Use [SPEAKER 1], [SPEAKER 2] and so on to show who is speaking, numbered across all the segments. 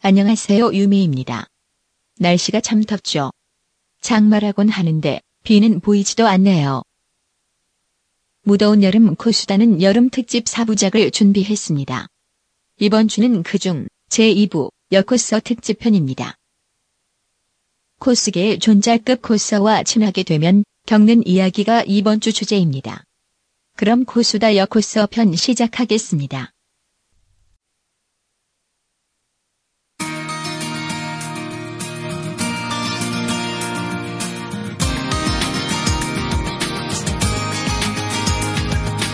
[SPEAKER 1] 안녕하세요 유미입니다. 날씨가 참 덥죠. 장마라곤 하는데 비는 보이지도 않네요. 무더운 여름 코수다는 여름 특집 4부작을 준비했습니다. 이번 주는 그중 제2부 여코서 특집편입니다. 코스계의 존잘급 코서와 친하게 되면 겪는 이야기가 이번 주 주제입니다. 그럼 코수다 여코서 편 시작하겠습니다.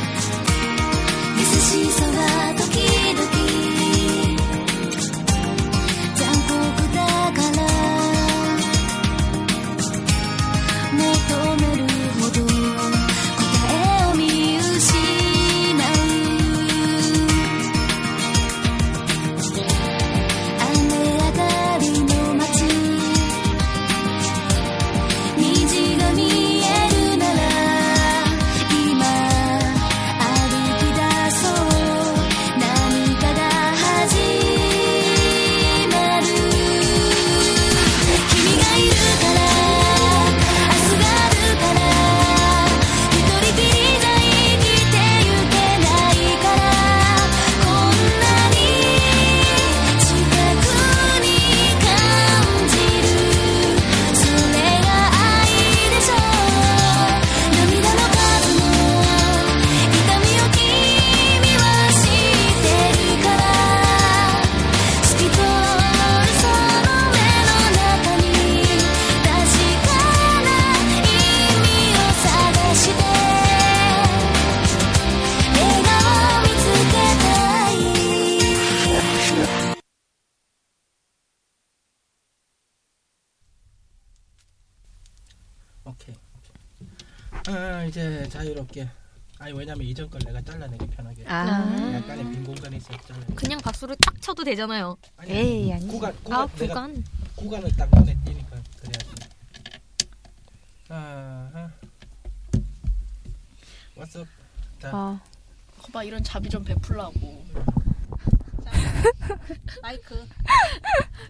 [SPEAKER 2] 「優しさは時々残酷だから」「求めるほど答えを見失う」「雨上がりの街」「虹が見えるなら今歩き出そう」「何かが始まる」「君がいるから明日があるから」「一人きりじゃ生きてゆけないから」「こんなに近くに感じる」「それが愛でしょう」「涙の数も数えられない」「痛みを君は知ってるから」「透き通るその目の中に確かな意味を探して」「笑顔を見つけたい」
[SPEAKER 3] 오케이. 오케이. 아 이제 자유롭게. 아니 왜냐면 이전 걸 내가 잘라내기 편하게.
[SPEAKER 4] 아.
[SPEAKER 3] 약간의 빈 공간이 있어 잘라.
[SPEAKER 4] 그냥 박수를 딱 쳐도 되잖아요.
[SPEAKER 3] 아니,
[SPEAKER 5] 에이 아니
[SPEAKER 3] 구간 구간
[SPEAKER 4] 아,
[SPEAKER 3] 어, 내가
[SPEAKER 4] 구간.
[SPEAKER 3] 구간을 딱 눈에 띄니까 그래야지. 아. 왓썹.
[SPEAKER 5] 아,
[SPEAKER 6] 거봐 이런 자비 좀 베풀라고. 마이크.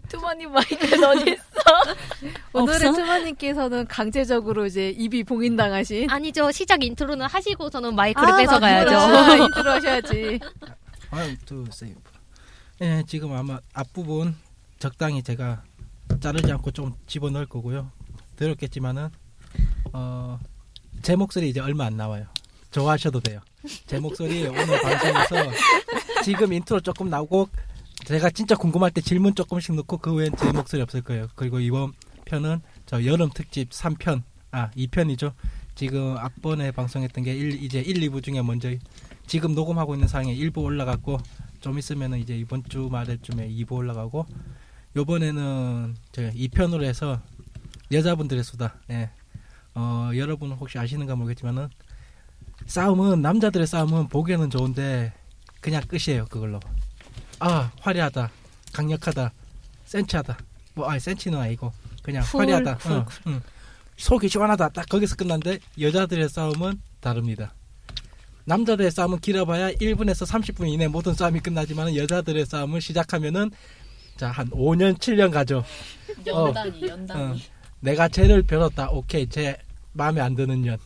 [SPEAKER 4] 투머니 마이크 어디 있어?
[SPEAKER 5] 오늘의 투마님께서는 강제적으로 이제 입이 봉인당하신
[SPEAKER 4] 아니죠. 시작 인트로는 하시고 저는 마이크를
[SPEAKER 5] 아,
[SPEAKER 4] 뺏어 가야죠.
[SPEAKER 5] 맞구나. 인트로 하셔야지
[SPEAKER 3] 원, 투, 세이브. 예, 지금 아마 앞부분 적당히 제가 자르지 않고 좀 집어넣을 거고요. 들었겠지만은 어, 제 목소리 이제 얼마 안 나와요. 좋아하셔도 돼요. 제 목소리 오늘 방송에서 지금 인트로 조금 나오고 제가 진짜 궁금할 때 질문 조금씩 넣고 그 외엔 제 목소리 없을 거예요. 그리고 이번 편은 저 여름 특집 3편 아 2편이죠. 지금 앞번에 방송했던 게 일- 이제 1, 2부 중에 먼저 지금 녹음하고 있는 상황에 1부 올라갔고 좀 있으면은 이제 이번 주 말쯤에 2부 올라가고 요번에는 제 2편으로 해서 여자분들의 수다. 예. 어, 여러분 혹시 아시는가 모르겠지만은 싸움은 남자들의 싸움은 보기에는 좋은데 그냥 끝이에요 그걸로. 아 화려하다, 강력하다, 센치하다. 뭐 아니 센치는 아니고 그냥
[SPEAKER 4] 쿨,
[SPEAKER 3] 화려하다.
[SPEAKER 4] 쿨,
[SPEAKER 3] 어, 응. 속이 시원하다. 딱 거기서 끝났는데 여자들의 싸움은 다릅니다. 남자들의 싸움은 길어봐야 1분에서 30분 이내 모든 싸움이 끝나지만 여자들의 싸움을 시작하면은 자 한 5년 7년 가죠. 어.
[SPEAKER 6] 연단이 연단이.
[SPEAKER 3] 내가 죄를 벼렀다. 오케이. 제 마음에 안 드는 년.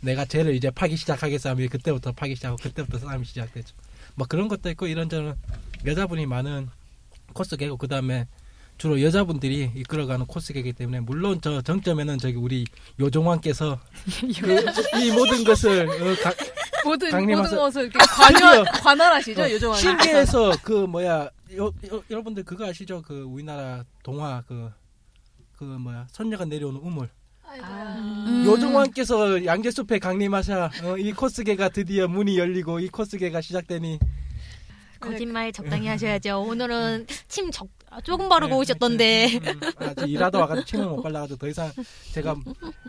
[SPEAKER 3] 내가 죄를 이제 파기 시작하겠어 하면 그때부터 파기 시작하고 그때부터 싸움이 시작되죠. 뭐 그런 것도 있고 이런저런 여자분이 많은 코스 개고 그다음에 주로 여자분들이 이끌어가는 코스 개기 때문에 물론 저 정점에는 저기 우리 요정왕께서 그- 이 모든 것을 어, 각-
[SPEAKER 5] 모든
[SPEAKER 3] 강림하세요. 아, 어,
[SPEAKER 5] 모든 것을 이렇게 관여 관할하시죠 요정아
[SPEAKER 3] 신기해서 그 뭐야 여, 러분들 그거 아시죠? 그 우리나라 동화 그 그 뭐야 선녀가 내려오는 우물 음. 요정왕께서 양재숲에 강림하사 어, 이 코스계가 드디어 문이 열리고 이 코스계가 시작되니
[SPEAKER 4] 거짓말 적당히 하셔야죠. 오늘은 침 적, 아, 조금
[SPEAKER 3] 네,
[SPEAKER 4] 바르고 오셨던데.
[SPEAKER 3] 음, 아, 저 일하다 와가지고 침을 못 발라가지고 더 이상 제가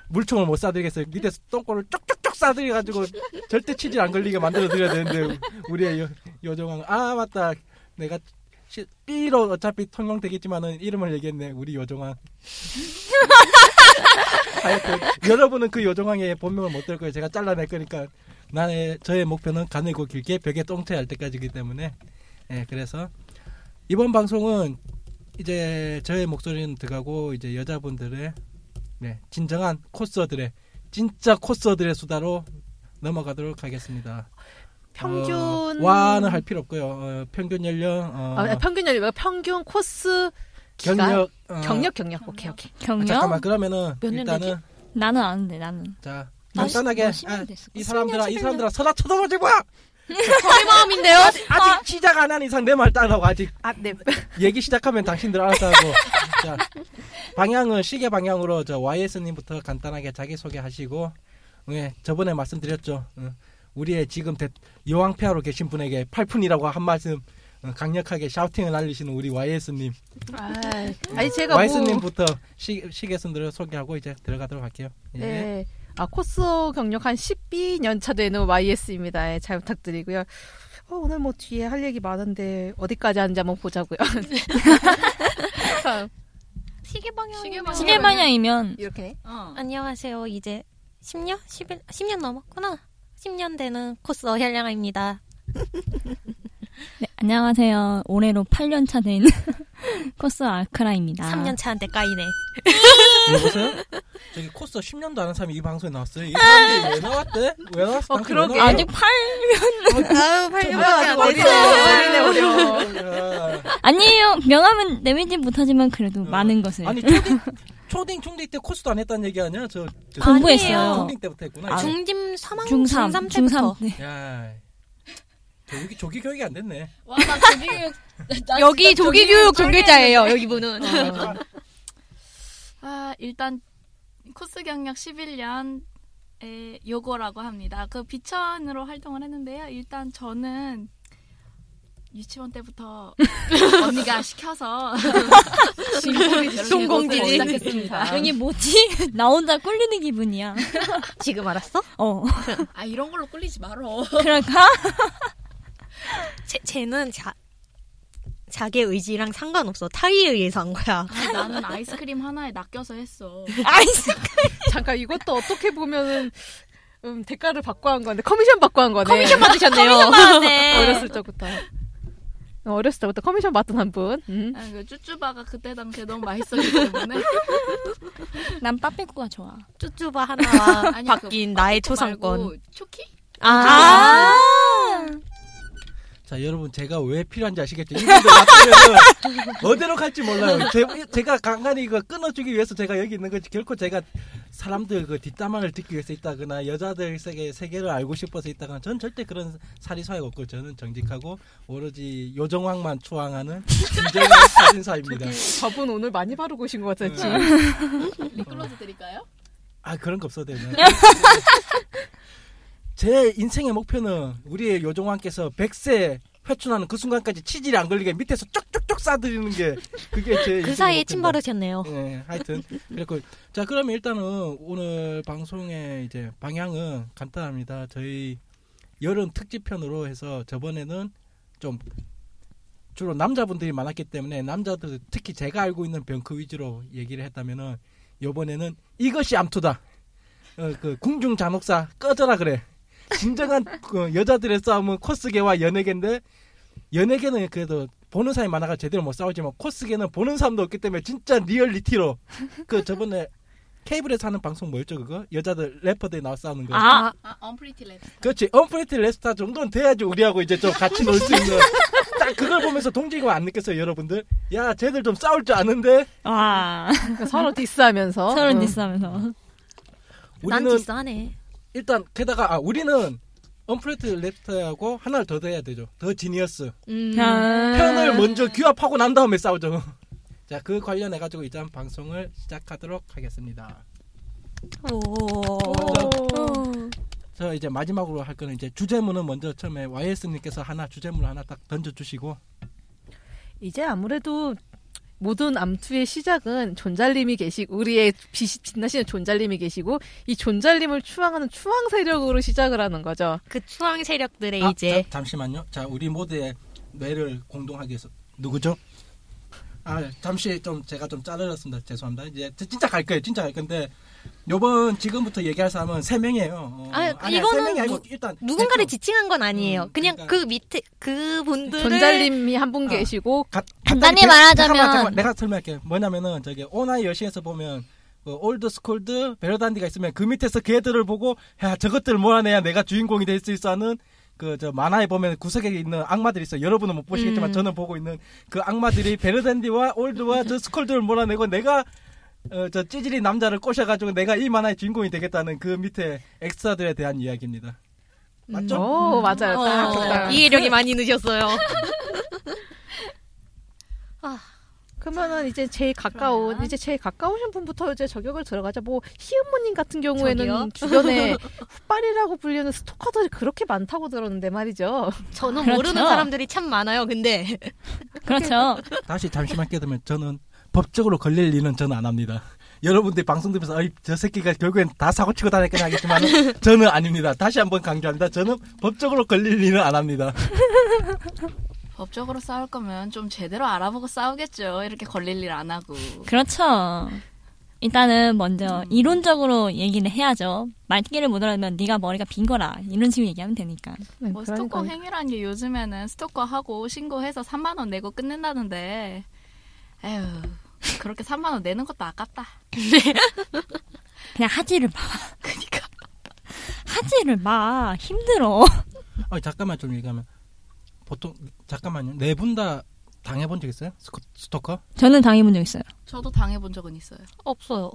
[SPEAKER 3] 물총을 못 쏴드리겠어요 밑에서 똥꼬를 쪽쪽쪽 쏴드려가지고 절대 치질 안 걸리게 만들어드려야 되는데 우리의 요, 요정왕 아 맞다 내가 시- B로 어차피 통용되겠지만은 이름을 얘기했네 우리 요정왕 하여튼 여러분은 그 요정왕의 본명을 못 들 거예요 제가 잘라낼 거니까 나의 저의 목표는 가늘고 길게 벽에 똥채할 때까지기 때문에 예 그래서 이번 방송은 이제 저의 목소리는 들어가고 이제 여자분들의 네, 진정한 코스들의 진짜 코스들의 수다로 넘어가도록 하겠습니다.
[SPEAKER 5] 평균
[SPEAKER 3] 어, 와는 할 필요 없고요. 어, 평균 연령, 어,
[SPEAKER 5] 아, 평균 연령 평균 코스 기간?
[SPEAKER 3] 경력, 어,
[SPEAKER 5] 경력 경력 오케이 오케이
[SPEAKER 3] 아,
[SPEAKER 7] 경력?
[SPEAKER 3] 잠깐만 그러면은
[SPEAKER 5] 몇년
[SPEAKER 3] 일단은
[SPEAKER 7] 나는 아는데 나는.
[SPEAKER 3] 자
[SPEAKER 7] 나
[SPEAKER 3] 간단하게
[SPEAKER 7] 십- 나
[SPEAKER 3] 아,
[SPEAKER 7] 십년 됐을
[SPEAKER 3] 이
[SPEAKER 7] 거야.
[SPEAKER 3] 사람들아 이
[SPEAKER 7] 십년,
[SPEAKER 3] 사람들아 서다 쳐다보지 마.
[SPEAKER 4] 저희 마음인데요.
[SPEAKER 3] 아직 시작 안 한 이상 내 말 따라고 아직
[SPEAKER 5] 아네
[SPEAKER 3] 얘기 시작하면 당신들 알아서 하고. 자, 방향은 시계 방향으로 저 YS님부터 간단하게 자기 소개하시고, 예, 저번에 말씀드렸죠. 어, 우리의 지금 대- 여왕패하로 계신 분에게 팔푼이라고 한 말씀 어, 강력하게 샤우팅을 날리시는 우리 YS님.
[SPEAKER 5] 아니 제가 뭐
[SPEAKER 3] YS님부터 시, 시계순들을 소개하고 이제 들어가도록 할게요. 예.
[SPEAKER 5] 네. 아, 코스 경력 한 12년 차 되는 YS입니다. 예, 잘 부탁드리고요. 어, 오늘 뭐 뒤에 할 얘기 많은데 어디까지 하는지 한번 보자고요. 자,
[SPEAKER 4] 시계방향.
[SPEAKER 6] 시계방향.
[SPEAKER 7] 시계 마냥이면
[SPEAKER 5] 이렇게.
[SPEAKER 6] 어.
[SPEAKER 4] 안녕하세요. 이제 10년? 11, 10년 넘었구나. 10년 되는 코스어 현량아입니다.
[SPEAKER 7] 네, 안녕하세요. 올해로 8년 차 된 코스 아크라입니다.
[SPEAKER 4] 3년 차한테 까이네.
[SPEAKER 3] 여보세요? 저기 코스 10년도 안 한 사람이 이 방송에 나왔어요. 이 사람들이 왜 나왔대? 왜 나왔어?
[SPEAKER 5] 어,
[SPEAKER 3] 당신
[SPEAKER 5] 그러게.
[SPEAKER 3] 왜 나왔어?
[SPEAKER 7] 아직 8
[SPEAKER 5] 어,
[SPEAKER 4] 아유,
[SPEAKER 5] 어리네, 어리네, 어려.
[SPEAKER 3] 야.
[SPEAKER 7] 아니에요. 명함은 내밀지 못하지만 그래도
[SPEAKER 3] 어.
[SPEAKER 7] 많은 것을
[SPEAKER 3] 아니 초딩 초딩 중딩 때 코스도 안 했다는 얘기 아니야? 저, 저
[SPEAKER 7] 공부했어요.
[SPEAKER 3] 중딩 때부터 했구나.
[SPEAKER 7] 아,
[SPEAKER 4] 중짐 사망
[SPEAKER 7] 중3
[SPEAKER 4] 중3
[SPEAKER 7] 중3
[SPEAKER 4] 때부터.
[SPEAKER 7] 네.
[SPEAKER 3] 야. 조기 조기 교육이 안 됐네.
[SPEAKER 6] 와, 나 조기 교육. 나
[SPEAKER 4] 여기
[SPEAKER 6] 진짜
[SPEAKER 4] 조기교육 관계자예요. 여기 분은.
[SPEAKER 3] 아,
[SPEAKER 6] 아, 일단 코스 경력 11년. 에 요거라고 합니다. 그 비천으로 활동을 했는데요. 일단 저는 유치원 때부터 언니가 시켜서
[SPEAKER 4] 동공지지.
[SPEAKER 6] 시작했습니다.
[SPEAKER 7] 여기 뭐지? 나 혼자 꿀리는 기분이야.
[SPEAKER 4] 지금 알았어?
[SPEAKER 7] 어.
[SPEAKER 6] 아 이런 걸로 꿀리지 말어.
[SPEAKER 7] 그럴까?
[SPEAKER 4] 쟤, 쟤는 자, 자기의 의지랑 상관없어. 타의에 의해서 한 거야.
[SPEAKER 6] 아, 나는 아이스크림 하나에 낚여서 했어.
[SPEAKER 7] 아이스.
[SPEAKER 5] 잠깐 이것도 어떻게 보면은 음, 대가를 받고 한 건데 커미션 받고 한 거네. 커미션
[SPEAKER 4] 맞으셨네요.
[SPEAKER 5] 어렸을 적부터. 어렸을 때부터 커미션 받던 한 분. 음.
[SPEAKER 6] 아, 그 쭈쭈바가 그때 당시에 너무 맛있었기 때문에
[SPEAKER 7] 난 빠빼꾸가 좋아.
[SPEAKER 4] 쭈쭈바 하나와
[SPEAKER 6] 아니,
[SPEAKER 4] 그 바뀐 나의 초상권.
[SPEAKER 6] 말고 초키?
[SPEAKER 4] 아,
[SPEAKER 3] 자 여러분 제가 왜 필요한지 아시겠죠? 이분들 맡으면 어디로 갈지 몰라요. 제, 가 간간히 이거 끊어주기 위해서 제가 여기 있는 거지. 결코 제가 사람들 그 뒷담화를 듣기 위해서 있다거나 여자들 세계 세계를 알고 싶어서 있다거나 전 절대 그런 사리사이가 없고 저는 정직하고 오로지 요정왕만 추앙하는 진정한 사진사입니다.
[SPEAKER 5] 저분 오늘 많이 바르고 오신 것 같아요. 지금.
[SPEAKER 3] 네.
[SPEAKER 6] 미끄러져 드릴까요?
[SPEAKER 3] 아 그런 거 없어도 되나요? 제 인생의 목표는 우리의 요정왕께서 100세 회춘하는 그 순간까지 치질이 안 걸리게 밑에서 쪽쪽쪽 싸드리는 게 그게 제
[SPEAKER 4] 그
[SPEAKER 3] 인생의
[SPEAKER 4] 사이에
[SPEAKER 3] 목표입니다.
[SPEAKER 4] 침 바르셨네요.
[SPEAKER 3] 예, 하여튼 그렇고 자 그러면 일단은 오늘 방송의 이제 방향은 간단합니다. 저희 여름 특집편으로 해서 저번에는 좀 주로 남자분들이 많았기 때문에 남자들 특히 제가 알고 있는 병크 위주로 얘기를 했다면은 이번에는 이것이 암투다. 어, 그 궁중 잔혹사 꺼져라 그래. 진정한 그 여자들의 싸움은 코스계와 연예계인데 연예계는 그래도 보는 사람이 많아가 제대로 못 싸우지만 코스계는 보는 사람도 없기 때문에 진짜 리얼리티로 그 저번에 케이블에서 하는 방송 뭐였죠 그거 여자들 래퍼들이 나와 싸우는 거
[SPEAKER 7] 아,
[SPEAKER 6] 아, 언프리티 랩.
[SPEAKER 3] 그렇지 언프리티 레스타 정도는 돼야지 우리하고 이제 좀 같이 놀 수 있는 딱 그걸 보면서 동지감 안 느꼈어요 여러분들 야 쟤들 좀 싸울 줄 아는데
[SPEAKER 7] 와.
[SPEAKER 5] 서로 네. 디스하면서.
[SPEAKER 7] 서른
[SPEAKER 4] 어.
[SPEAKER 5] 음.
[SPEAKER 7] 디스하면서.
[SPEAKER 4] 난
[SPEAKER 3] 우리는
[SPEAKER 4] 디스하네.
[SPEAKER 3] 일단 게다가 아 우리는 언프리티 레스타하고 하나를 더 돼야 되죠 더 지니어스
[SPEAKER 4] 음.
[SPEAKER 3] 편을
[SPEAKER 7] 편을
[SPEAKER 3] 먼저 규합하고 난 다음에 싸우죠. 자, 그 관련해 가지고 일단 방송을 시작하도록 하겠습니다.
[SPEAKER 4] 어. 오.
[SPEAKER 3] 어, 저 이제 마지막으로 할 거는 이제 주제문은 먼저 처음에 YS님께서 하나 주제문을 하나 딱 던져 주시고
[SPEAKER 5] 이제 아무래도 모든 암투의 시작은 존잘님이 계시고 우리의 빛 빛나시는 존잘님이 계시고 이 존잘님을 추앙하는 추앙 세력으로 시작을 하는 거죠.
[SPEAKER 4] 그 추앙 세력들의
[SPEAKER 3] 아,
[SPEAKER 4] 이제
[SPEAKER 3] 자, 잠시만요. 자, 우리 모두의 뇌를 공동하기 위해서 누구죠? 아 잠시 좀 제가 좀 자르렸습니다. 죄송합니다. 이제 지- 진짜 갈 거예요. 진짜 갈 건데 요번 지금부터 얘기할 사람은 세 명이에요. 어,
[SPEAKER 4] 아,
[SPEAKER 3] 아니,
[SPEAKER 4] 이거는
[SPEAKER 3] 세 명이 아니고
[SPEAKER 4] 누-
[SPEAKER 3] 일단
[SPEAKER 4] 누군가를
[SPEAKER 3] 대표.
[SPEAKER 4] 지칭한 건 아니에요.
[SPEAKER 3] 음,
[SPEAKER 4] 그냥 그
[SPEAKER 3] 그러니까.
[SPEAKER 4] 밑에 그 분들을
[SPEAKER 5] 전달님이 한 분
[SPEAKER 3] 아.
[SPEAKER 5] 계시고
[SPEAKER 3] 가-
[SPEAKER 2] 간단히
[SPEAKER 7] 네,
[SPEAKER 3] 간단히
[SPEAKER 2] 말하자면-
[SPEAKER 3] 잠깐만, 잠깐만, 내가 설명할게. 요 뭐냐면은 저기 오나이 여시에서 보면 그 올드 스콜드 베러단디가 있으면 그 밑에서 걔들을 보고 야 저것들 몰아내야 내가 주인공이 될 수 있어 하는 그 저 만화에 보면 구석에 있는 악마들이 있어. 요 여러분은 못 보시겠지만
[SPEAKER 4] 음.
[SPEAKER 3] 저는 보고 있는 그 악마들이 베르단디와 올드와 저 스콜드를 몰아내고 내가 어, 저 찌질이 남자를 꼬셔가지고 내가 이 만화의 주인공이 되겠다는 그 밑에 엑스트라들에 대한 이야기입니다. 맞죠?
[SPEAKER 5] 오 어, 맞아요. 딱
[SPEAKER 4] 어,
[SPEAKER 5] 적당.
[SPEAKER 4] 이해력이 많이 늦었어요.
[SPEAKER 5] 그러면은 이제 제일 가까운
[SPEAKER 6] 그러면?
[SPEAKER 5] 이제 제일 가까우신 분부터 이제 저격을 들어가자. 뭐 희은모님 같은 경우에는
[SPEAKER 4] 저기요?
[SPEAKER 5] 주변에 훗발이라고 불리는 스토커들이 그렇게 많다고 들었는데 말이죠.
[SPEAKER 4] 저는
[SPEAKER 7] 그렇죠.
[SPEAKER 4] 모르는 사람들이 참 많아요. 근데
[SPEAKER 7] 그렇죠.
[SPEAKER 3] 다시 잠시만 깨달으면 저는 법적으로 걸릴 일은 저는 안 합니다. 여러분들이 방송 들으면서 어이, 저 새끼가 결국엔 다 사고치고 다녔긴 하겠지만 저는 아닙니다. 다시 한번 강조합니다. 저는 법적으로 걸릴 일은 안 합니다.
[SPEAKER 6] 법적으로 싸울 거면 좀 제대로 알아보고 싸우겠죠. 이렇게 걸릴 일 안 하고.
[SPEAKER 7] 그렇죠. 일단은 먼저
[SPEAKER 6] 음.
[SPEAKER 7] 이론적으로 얘기를 해야죠. 말기를 못 알아면 네가 머리가 빈 거라 이런 식으로 얘기하면 되니까.
[SPEAKER 5] 네,
[SPEAKER 6] 뭐 스토커 행위란 게 요즘에는 스토커 하고 신고해서 3만 원 내고 끝낸다는데 에휴 그렇게 3만 원 내는 것도 아깝다. 네.
[SPEAKER 7] 그냥 하지를 마. 그러니까 하지를 마. 힘들어.
[SPEAKER 3] 어, 잠깐만 좀 얘기하면 보통 잠깐만요. 네 분 다 당해본 적 있어요? 스코- 스토커?
[SPEAKER 7] 저는 당해본 적 있어요.
[SPEAKER 6] 저도 당해본 적은 있어요.
[SPEAKER 4] 없어요.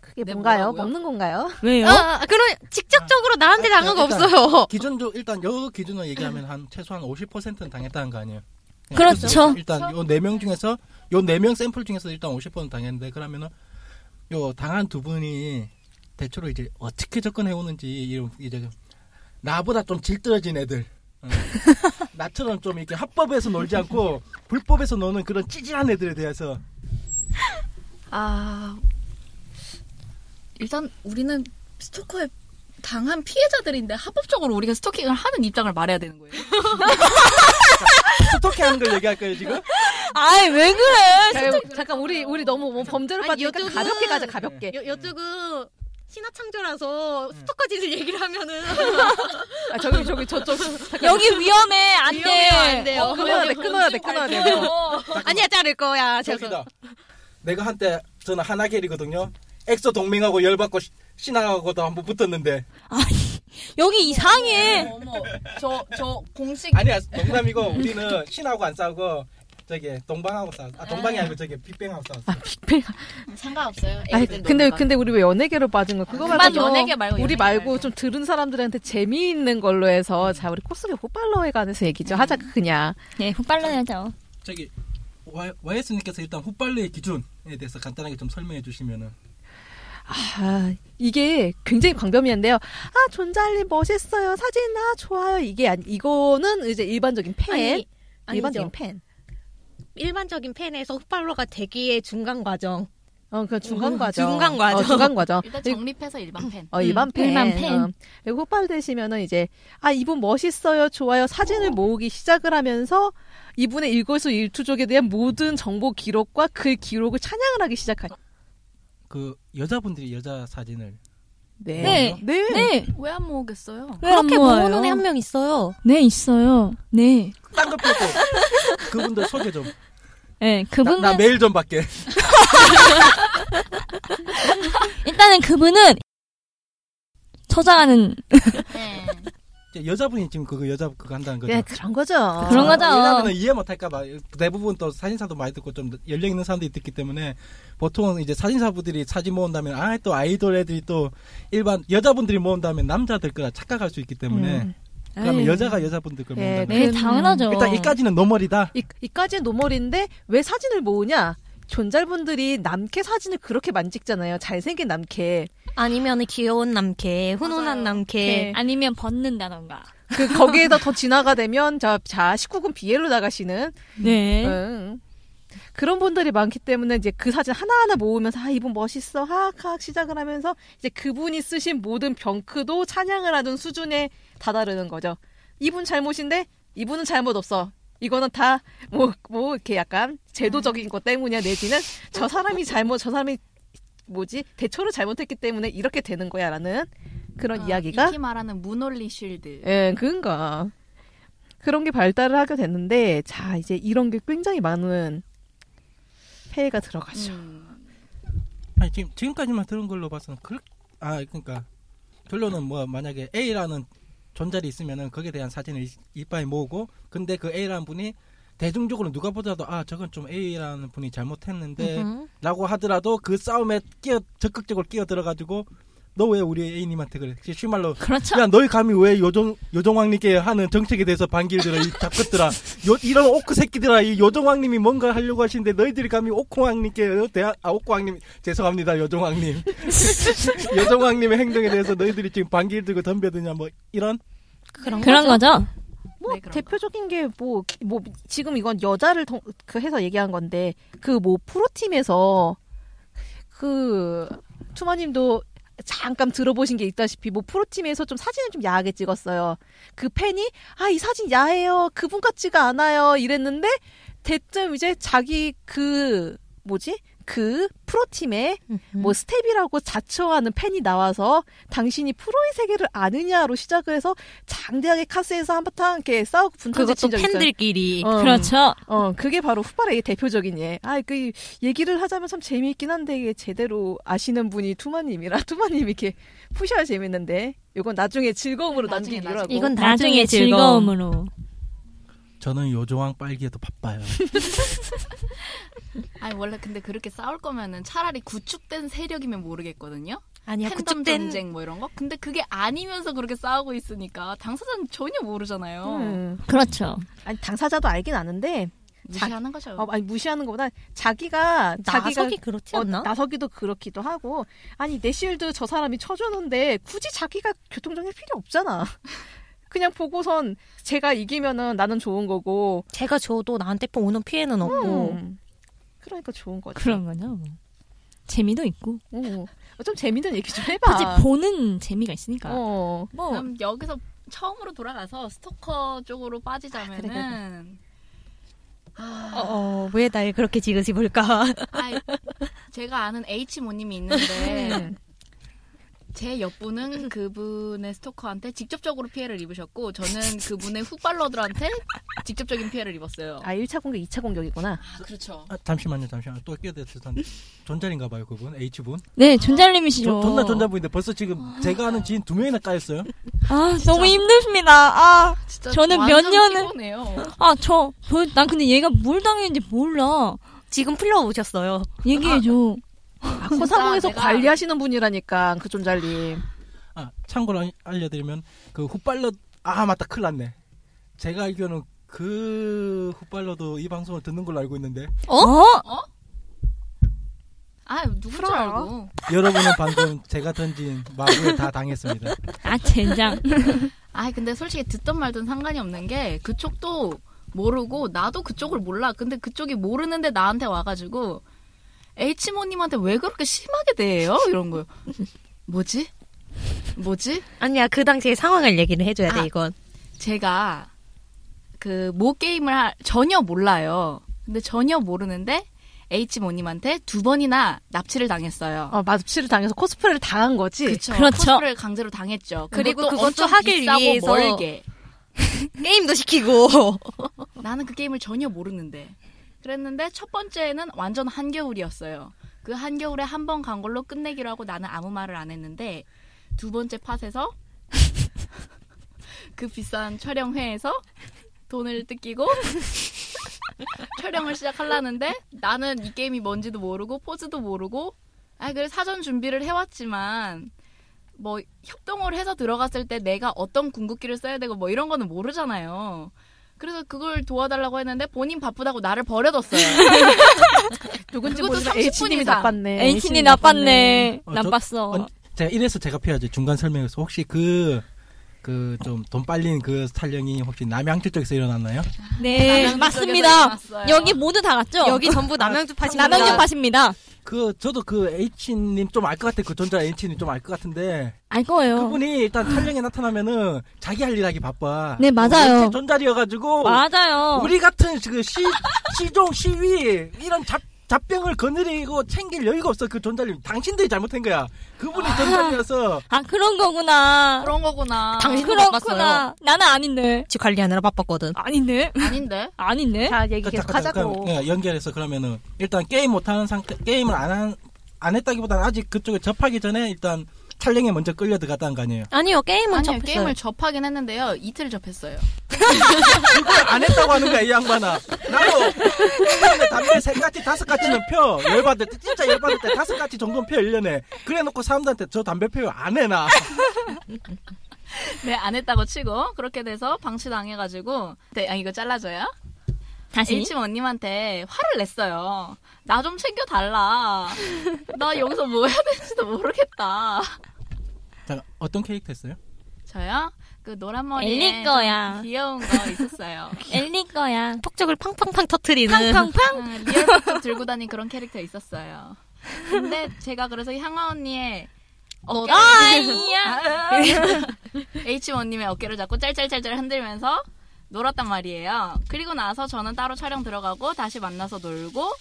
[SPEAKER 5] 그게
[SPEAKER 6] 네,
[SPEAKER 5] 뭔가요?
[SPEAKER 6] 뭐라고요?
[SPEAKER 5] 먹는 건가요?
[SPEAKER 7] 왜요?
[SPEAKER 4] 아, 그럼 직접적으로 나한테 당한 거
[SPEAKER 3] 그러니까.
[SPEAKER 4] 없어요.
[SPEAKER 3] 기준도 일단 요 기준으로 얘기하면 한 최소한 50%는 당했다는 거 아니에요? 그냥
[SPEAKER 7] 그렇죠.
[SPEAKER 3] 그래서 일단 요 네 명 중에서 요 네 명 샘플 중에서 일단 50%는 당했는데 그러면은 요 당한 두 분이 대체로 이제 어떻게 접근해 오는지 이런 이제 좀 나보다 좀 질떨어진 애들 어. 나처럼 좀 이렇게 합법에서 놀지 않고 불법에서 노는 그런 찌질한 애들에 대해서
[SPEAKER 6] 아 일단 우리는 스토커에 당한 피해자들인데 합법적으로 우리가 스토킹을 하는 입장을 말해야 되는 거예요.
[SPEAKER 3] 스토킹하는 걸 얘기할 거예요 지금?
[SPEAKER 7] 아이 왜 그래?
[SPEAKER 5] 잠깐 우리 우리 너무 뭐 범죄를
[SPEAKER 4] 아니,
[SPEAKER 5] 받으니까
[SPEAKER 4] 요즘은-
[SPEAKER 5] 가볍게 가자 가볍게.
[SPEAKER 4] 여, 여쪽은 신화 창조라서 스토커짓을 얘기를 하면은
[SPEAKER 5] 아, 저기 저기 저쪽
[SPEAKER 7] 여기 위험해 안 돼.
[SPEAKER 4] 위험해요, 안 네. 돼요.
[SPEAKER 5] 어, 끊어야 돼 끊어야 돼 끊어야 돼.
[SPEAKER 4] 아니야 자를 거야.
[SPEAKER 3] 저기다.
[SPEAKER 4] 죄송.
[SPEAKER 3] 내가 한때 저는 하나겔이거든요. 엑소 동맹하고 열받고 시- 신하하고도 한번 붙었는데
[SPEAKER 7] 여기 이상해.
[SPEAKER 6] 어머 저 저 공식
[SPEAKER 3] 아니야 농담이고 우리는 신하고 안 싸우고 저기 동방하고 싸우. 아 동방이 아니고 저기 빅뱅하고 싸웠어.
[SPEAKER 6] 상관없어요.
[SPEAKER 5] 아니,
[SPEAKER 6] 애기들
[SPEAKER 5] 근데
[SPEAKER 6] 노는 거.
[SPEAKER 5] 근데 우리 왜 연예계로 빠진 거야? 그거
[SPEAKER 6] 그만
[SPEAKER 5] 말고 좀
[SPEAKER 6] 연예계 말고
[SPEAKER 5] 우리
[SPEAKER 6] 연예계
[SPEAKER 5] 말고
[SPEAKER 6] 말고. 음.
[SPEAKER 5] 좀 들은 사람들한테 재미있는 걸로 해서 자 우리 코스게 호빨러에 관해서 얘기 좀 하자 그냥
[SPEAKER 7] 네, 폭발라야죠.
[SPEAKER 3] 저기 와- 와이스님께서 일단 훗발레의 기준에 대해서 간단하게 좀 설명해 주시면은
[SPEAKER 5] 아 이게 굉장히 광범위한데요. 아 존잘님 멋있어요 사진 아 좋아요 이게 아니 이거는 이제 일반적인 팬
[SPEAKER 4] 아니, 아니죠.
[SPEAKER 5] 일반적인 팬.
[SPEAKER 4] 일반적인 팬에서 흑발로가 되기의 중간 과정.
[SPEAKER 5] 어그 중간
[SPEAKER 4] 음,
[SPEAKER 5] 과정.
[SPEAKER 4] 중간 과정.
[SPEAKER 5] 어, 중간 과정.
[SPEAKER 6] 일단 정립해서 일반 팬.
[SPEAKER 5] 어, 일반
[SPEAKER 7] 음,
[SPEAKER 5] 팬.
[SPEAKER 7] 일반 팬.
[SPEAKER 5] 어. 그리고 호빨 되시면은 이제, 아, 이분 멋있어요, 좋아요, 사진을 모으기 시작을 하면서, 이분의 일거수 일투족에 대한 모든 정보 기록과 그 기록을 찬양을 하기 시작하죠.
[SPEAKER 3] 그 여자분들이 여자 사진을
[SPEAKER 5] 네. 네.
[SPEAKER 7] 네.
[SPEAKER 6] 음. 왜 안 모으겠어요?
[SPEAKER 7] 왜안
[SPEAKER 4] 그렇게 모으는
[SPEAKER 7] 모아요?
[SPEAKER 4] 애 한 명 있어요.
[SPEAKER 7] 네 있어요. 네.
[SPEAKER 3] 딴 거 빼고 그분들 소개 좀.
[SPEAKER 7] 네
[SPEAKER 3] 나,
[SPEAKER 7] 그분은
[SPEAKER 3] 나 메일 좀 받게.
[SPEAKER 7] 일단은 그분은 처장하는
[SPEAKER 6] 네.
[SPEAKER 3] 이제 여자분이 지금 그거 여자 그거 한다는 거죠.
[SPEAKER 4] 네,
[SPEAKER 5] 그냥 그런 거죠.
[SPEAKER 4] 아,
[SPEAKER 7] 그런 거죠.
[SPEAKER 3] 왜냐면 이해 못할까봐 대부분 또 사진사도 많이 듣고 좀 연령 있는 사람들이 듣기 때문에 보통 이제 사진사분들이 사진 모은다면 아 또 아이돌 애들이 또 일반 여자분들이 모은다면 남자들 거라 착각할 수 있기 때문에
[SPEAKER 5] 음.
[SPEAKER 3] 그러면
[SPEAKER 5] 아유.
[SPEAKER 3] 여자가 여자분들 걸
[SPEAKER 5] 예,
[SPEAKER 3] 모은다면
[SPEAKER 5] 네.
[SPEAKER 7] 네,
[SPEAKER 8] 그렇죠.
[SPEAKER 7] 당연하죠.
[SPEAKER 3] 일단 이까지는 노멀이다.
[SPEAKER 5] 이, 이까지는 노멀인데, 왜 사진을 모으냐? 존잘분들이 남캐 사진을 그렇게 많이 찍잖아요. 잘생긴 남캐.
[SPEAKER 4] 아니면 귀여운 남캐, 훈훈한
[SPEAKER 6] 맞아요.
[SPEAKER 7] 네.
[SPEAKER 4] 남캐.
[SPEAKER 7] 아니면 벗는다던가.
[SPEAKER 5] 그, 거기에다 더 진화가 되면, 자, 자, 19금 비엘로 나가시는,
[SPEAKER 7] 네.
[SPEAKER 5] 응. 그런 분들이 많기 때문에 이제 그 사진 하나하나 모으면서 아 이분 멋있어 하악하악 시작을 하면서 이제 그분이 쓰신 모든 병크도 찬양을 하던 수준에 다다르는 거죠. 이분 잘못인데 이분은 잘못 없어. 이거는 다 뭐 뭐 이렇게 약간 제도적인 것 때문이야 내지는 저 사람이 잘못 저 사람이 뭐지 대처를 잘못했기 때문에 이렇게 되는 거야라는 그런
[SPEAKER 6] 어,
[SPEAKER 5] 이야기가
[SPEAKER 6] 익히 말하는 무논리 쉴드.
[SPEAKER 5] 예, 그런가. 그런 게 발달을 하게 됐는데, 자, 이제 이런 게 굉장히 많은 폐해가 들어가죠.
[SPEAKER 6] 음.
[SPEAKER 3] 아니 지금 지금까지만 들은 걸로 봐서는 그, 아 그러니까 결론은 뭐 만약에 A라는 존재이 있으면은 거기에 대한 사진을 이- 이빨에 모으고 근데 그 A라는 분이 대중적으로 누가 보더라도 아 저건 좀 A라는 분이 잘못했는데
[SPEAKER 4] 음.
[SPEAKER 3] 라고 하더라도 그 싸움에 끼어 적극적으로 끼어 들어가지고 너 왜 우리 A님한테 그래 쉽게 말로
[SPEAKER 7] 그렇죠.
[SPEAKER 3] 야 너희 감히 왜 요정 요정왕님께 하는 정책에 대해서 반기를 들어 이 잡것들아 요 이런 오크 새끼들아 이 요정왕님이 뭔가 하려고 하시는데 너희들이 감히 오크왕님께 대한 아 오크왕님 죄송합니다 요정왕님 요정왕님의 행동에 대해서 너희들이 지금 반기를 들고 덤벼드냐 뭐 이런
[SPEAKER 4] 그런
[SPEAKER 7] 그런 거죠.
[SPEAKER 5] 뭐,
[SPEAKER 6] 네, 그런
[SPEAKER 5] 대표적인 게 뭐, 뭐, 지금 이건 여자를 동, 그 해서 얘기한 건데, 그 뭐, 프로팀에서, 그, 투마님도 잠깐 들어보신 게 있다시피, 뭐, 프로팀에서 좀 사진을 좀 야하게 찍었어요. 그 팬이, 아, 이 사진 야해요. 그분 같지가 않아요. 이랬는데, 대뜸 이제 자기 그, 뭐지? 그 프로팀의
[SPEAKER 4] 음,
[SPEAKER 5] 뭐 스텝이라고 자처하는 팬이 나와서 당신이 프로의 세계를 아느냐로 시작을 해서 장대하게 카스에서 한바탕 이렇게 싸우고 분투를
[SPEAKER 4] 그것도
[SPEAKER 5] 친 적이 있어요.
[SPEAKER 4] 팬들끼리
[SPEAKER 5] 어,
[SPEAKER 7] 그렇죠.
[SPEAKER 5] 어, 그게 바로 후발의 대표적인 예. 아, 그 얘기를 하자면 참 재미있긴 한데 이게 제대로 아시는 분이 투마님이라 투마님이 이렇게 푸셔야 재밌는데 이건 나중에 즐거움으로
[SPEAKER 6] 나중에,
[SPEAKER 5] 남기기로 하고.
[SPEAKER 6] 나중에.
[SPEAKER 4] 이건
[SPEAKER 7] 나중에
[SPEAKER 4] 나중에
[SPEAKER 7] 즐거움으로.
[SPEAKER 3] 저는 요정왕 빨기에도 바빠요
[SPEAKER 6] 아니 원래 근데 그렇게 싸울 거면은 차라리 구축된 세력이면 모르겠거든요.
[SPEAKER 4] 아니야
[SPEAKER 6] 팬덤
[SPEAKER 4] 구축된
[SPEAKER 6] 전쟁 뭐 이런 거. 근데 그게 아니면서 그렇게 싸우고 있으니까 당사자는 전혀 모르잖아요.
[SPEAKER 5] 음.
[SPEAKER 7] 그렇죠.
[SPEAKER 5] 아니 당사자도 알긴 아는데
[SPEAKER 6] 무시하는 거죠.
[SPEAKER 5] 어, 아니 무시하는 것보다 자기가 자기가
[SPEAKER 4] 나석이 그렇지
[SPEAKER 5] 어,
[SPEAKER 4] 않나?
[SPEAKER 5] 나서기도 그렇기도 하고 아니 내 쉴드 저 사람이 쳐주는데 굳이 자기가 교통정리 필요 없잖아. 그냥 보고선 제가 이기면은 나는 좋은 거고.
[SPEAKER 4] 제가 줘도 나한테 오는 피해는 없고
[SPEAKER 5] 음. 그러니까 좋은 거지.
[SPEAKER 7] 그런 거죠. 뭐. 재미도 있고.
[SPEAKER 5] 어, 좀 재밌는 얘기 좀
[SPEAKER 7] 굳이
[SPEAKER 5] 해봐.
[SPEAKER 7] 보는 재미가 있으니까.
[SPEAKER 5] 어.
[SPEAKER 7] 뭐
[SPEAKER 6] 그럼 여기서 처음으로 돌아가서 스토커 쪽으로
[SPEAKER 5] 그래, 아, 그래,
[SPEAKER 6] 빠지자면은
[SPEAKER 4] 어, 왜 날 그렇게 지그시 볼까?
[SPEAKER 6] 아, 제가 아는 H 모님이 있는데
[SPEAKER 5] 음.
[SPEAKER 6] 제 옆분은 그분의 스토커한테 직접적으로 피해를 입으셨고 저는 그분의 훅발러들한테 직접적인 피해를 입었어요.
[SPEAKER 5] 아 1차 공격, 2차 공격이구나.
[SPEAKER 6] 아 그렇죠.
[SPEAKER 3] 아, 잠시만요 잠시만 또 끼어들었을 텐데 존잘인가 봐요 그분 H분
[SPEAKER 7] 네,
[SPEAKER 3] 저,
[SPEAKER 7] 존잘님이시죠.
[SPEAKER 3] 어, 존나 존잘분인데 벌써 지금 제가 아는 지인 두 명이나 까였어요
[SPEAKER 7] 아, 너무 힘듭니다. 아,
[SPEAKER 6] 진짜
[SPEAKER 7] 저는 몇
[SPEAKER 6] 완전
[SPEAKER 7] 년을-
[SPEAKER 6] 피곤해요.
[SPEAKER 7] 아, 저, 저, 난 근데 얘가 뭘 당했는지 몰라.
[SPEAKER 4] 지금 풀러 오셨어요.
[SPEAKER 7] 얘기해줘.
[SPEAKER 5] 아, 코사몽에서
[SPEAKER 6] 내가-
[SPEAKER 5] 관리하시는 분이라니까 그 존잘님.
[SPEAKER 3] 아, 참고로 알- 알려드리면 그 훗발러 아 맞다 큰일 났네 제가 알기로는 그 훗발러도 이 방송을 듣는 걸로 알고 있는데
[SPEAKER 7] 어?
[SPEAKER 6] 아 누군 줄
[SPEAKER 5] 풀어요.
[SPEAKER 6] 알고.
[SPEAKER 3] 여러분은 방금 제가 던진 마구에 다 당했습니다
[SPEAKER 7] 아, 젠장.
[SPEAKER 6] 아 근데 솔직히 듣던 말든 상관이 없는 게 그쪽도 모르고 나도 그쪽을 몰라. 근데 그쪽이 모르는데 나한테 와가지고 H모님한테 왜 그렇게 심하게 대해요? 이런 거요. 뭐지? 뭐지?
[SPEAKER 4] 아니야 그 당시의 상황을 얘기를 해줘야 돼
[SPEAKER 6] 아.
[SPEAKER 4] 이건.
[SPEAKER 6] 제가 그 모 게임을 할- 전혀 몰라요. 근데 전혀 모르는데 H모님한테 두 번이나 납치를 당했어요.
[SPEAKER 5] 어, 마주치를 당해서 코스프레를 당한 거지.
[SPEAKER 6] 그쵸.
[SPEAKER 7] 그렇죠.
[SPEAKER 6] 코스프레를 강제로 당했죠.
[SPEAKER 4] 그리고
[SPEAKER 6] 그것도
[SPEAKER 4] 그것도
[SPEAKER 6] 엄청
[SPEAKER 4] 하길
[SPEAKER 6] 비싸고
[SPEAKER 4] 위해서
[SPEAKER 6] 멀게.
[SPEAKER 4] 게임도 시키고.
[SPEAKER 6] 나는 그 게임을 전혀 모르는데. 그랬는데 첫 번째는 완전 한겨울이었어요. 그 한겨울에 한 번 간 걸로 끝내기로 하고 나는 아무 말을 안 했는데 두 번째 팟에서 그 비싼 촬영회에서 돈을 뜯기고 촬영을 시작하려는데 나는 이 게임이 뭔지도 모르고 포즈도 모르고 아 그래 사전 준비를 해왔지만 뭐 협동을 해서 들어갔을 때 내가 어떤 궁극기를 써야 되고 뭐 이런 거는 모르잖아요. 그래서 그걸 도와달라고 했는데 본인 바쁘다고 나를 버려뒀어요.
[SPEAKER 5] 누군지
[SPEAKER 6] 그것도
[SPEAKER 5] 모르지만
[SPEAKER 6] 30분
[SPEAKER 5] H님이
[SPEAKER 6] 이상.
[SPEAKER 5] 나빴네.
[SPEAKER 7] H는 나빴네.
[SPEAKER 3] 어, 저-
[SPEAKER 7] 나빴어.
[SPEAKER 3] 언- 제가 이래서 제가 피하지 중간 설명에서 혹시 그 그 좀 돈 빨린 그 탈령이 혹시 남양주 쪽에서 일어났나요?
[SPEAKER 7] 네,
[SPEAKER 6] 남양주 쪽에서
[SPEAKER 7] 맞습니다.
[SPEAKER 6] 일어났어요.
[SPEAKER 7] 여기 모두 다 갔죠?
[SPEAKER 4] 여기 전부 남양주 파입니다
[SPEAKER 7] 남양주 팟입니다.
[SPEAKER 3] 그 저도 그 H님 좀 알 것 같아. 그 전자 H님 좀 알 것 같은데
[SPEAKER 8] 알 거예요.
[SPEAKER 3] 그분이 일단 촬영에 나타나면은 자기 할 일 하기 바빠. 뭐
[SPEAKER 8] 네, 맞아요.
[SPEAKER 3] 전자리여가지고
[SPEAKER 7] 맞아요.
[SPEAKER 3] 우리 같은 그 시, 시종 시위 이런 잡 잡병을 거느리고 챙길 여유가 없어 그 전자리 당신들이 잘못한 거야 그분이 전자리여서
[SPEAKER 7] 아 그런 거구나.
[SPEAKER 6] 그런 거구나.
[SPEAKER 7] 당신도
[SPEAKER 8] 그렇구나. 나는 아닌데.
[SPEAKER 4] 집 관리하느라 바빴거든.
[SPEAKER 8] 아닌데?
[SPEAKER 6] 아닌데?
[SPEAKER 8] 아닌데?
[SPEAKER 5] 자 얘기 계속
[SPEAKER 3] 잠깐, 잠깐,
[SPEAKER 5] 하자고.
[SPEAKER 3] 예, 연결해서 그러면은 일단 게임 못하는 상태 게임을 안 한 안 했다기보다는 아직 그쪽에 접하기 전에 일단 촬영에 먼저 끌려 들어갔다는 거 아니에요
[SPEAKER 4] 아니요 게임은
[SPEAKER 6] 아니요
[SPEAKER 4] 접했어요.
[SPEAKER 6] 게임을 접하긴 했는데요 이틀 접했어요.
[SPEAKER 3] 그걸 안 했다고 하는 거야 이 양반아 나도 일년에 담배 세 가지 다섯 가지는 펴 열받을 때 진짜 열받을 때 다섯 가지 정도는 펴 1년에 그래놓고 사람들한테 저 담배 펴요 안해나
[SPEAKER 6] 네 안 했다고 치고 그렇게 돼서 방치당해가지고 네, 아 이거 잘라줘요.
[SPEAKER 7] 다시
[SPEAKER 6] 일침 언님한테 화를 냈어요. 나 좀 챙겨달라. 나 여기서 뭐 해야 되는지도 모르겠다.
[SPEAKER 3] 잠깐 어떤 캐릭터 했어요?
[SPEAKER 6] 저요? 그 노란 머리에
[SPEAKER 7] 엘릴 거야.
[SPEAKER 6] 좀 귀여운 거 있었어요.
[SPEAKER 7] 엘릴 거야.
[SPEAKER 4] 폭죽을 팡팡팡 터트리는
[SPEAKER 7] 팡팡팡.
[SPEAKER 6] 아, 리얼폭 들고 다닌 그런 캐릭터 있었어요. 근데 제가 그래서 향아 언니의 어깨 아이야 H 원님의 어깨를 잡고 짤짤짤짤 흔들면서 놀았단 말이에요. 그리고 나서 저는 따로 촬영 들어가고 다시 만나서 놀고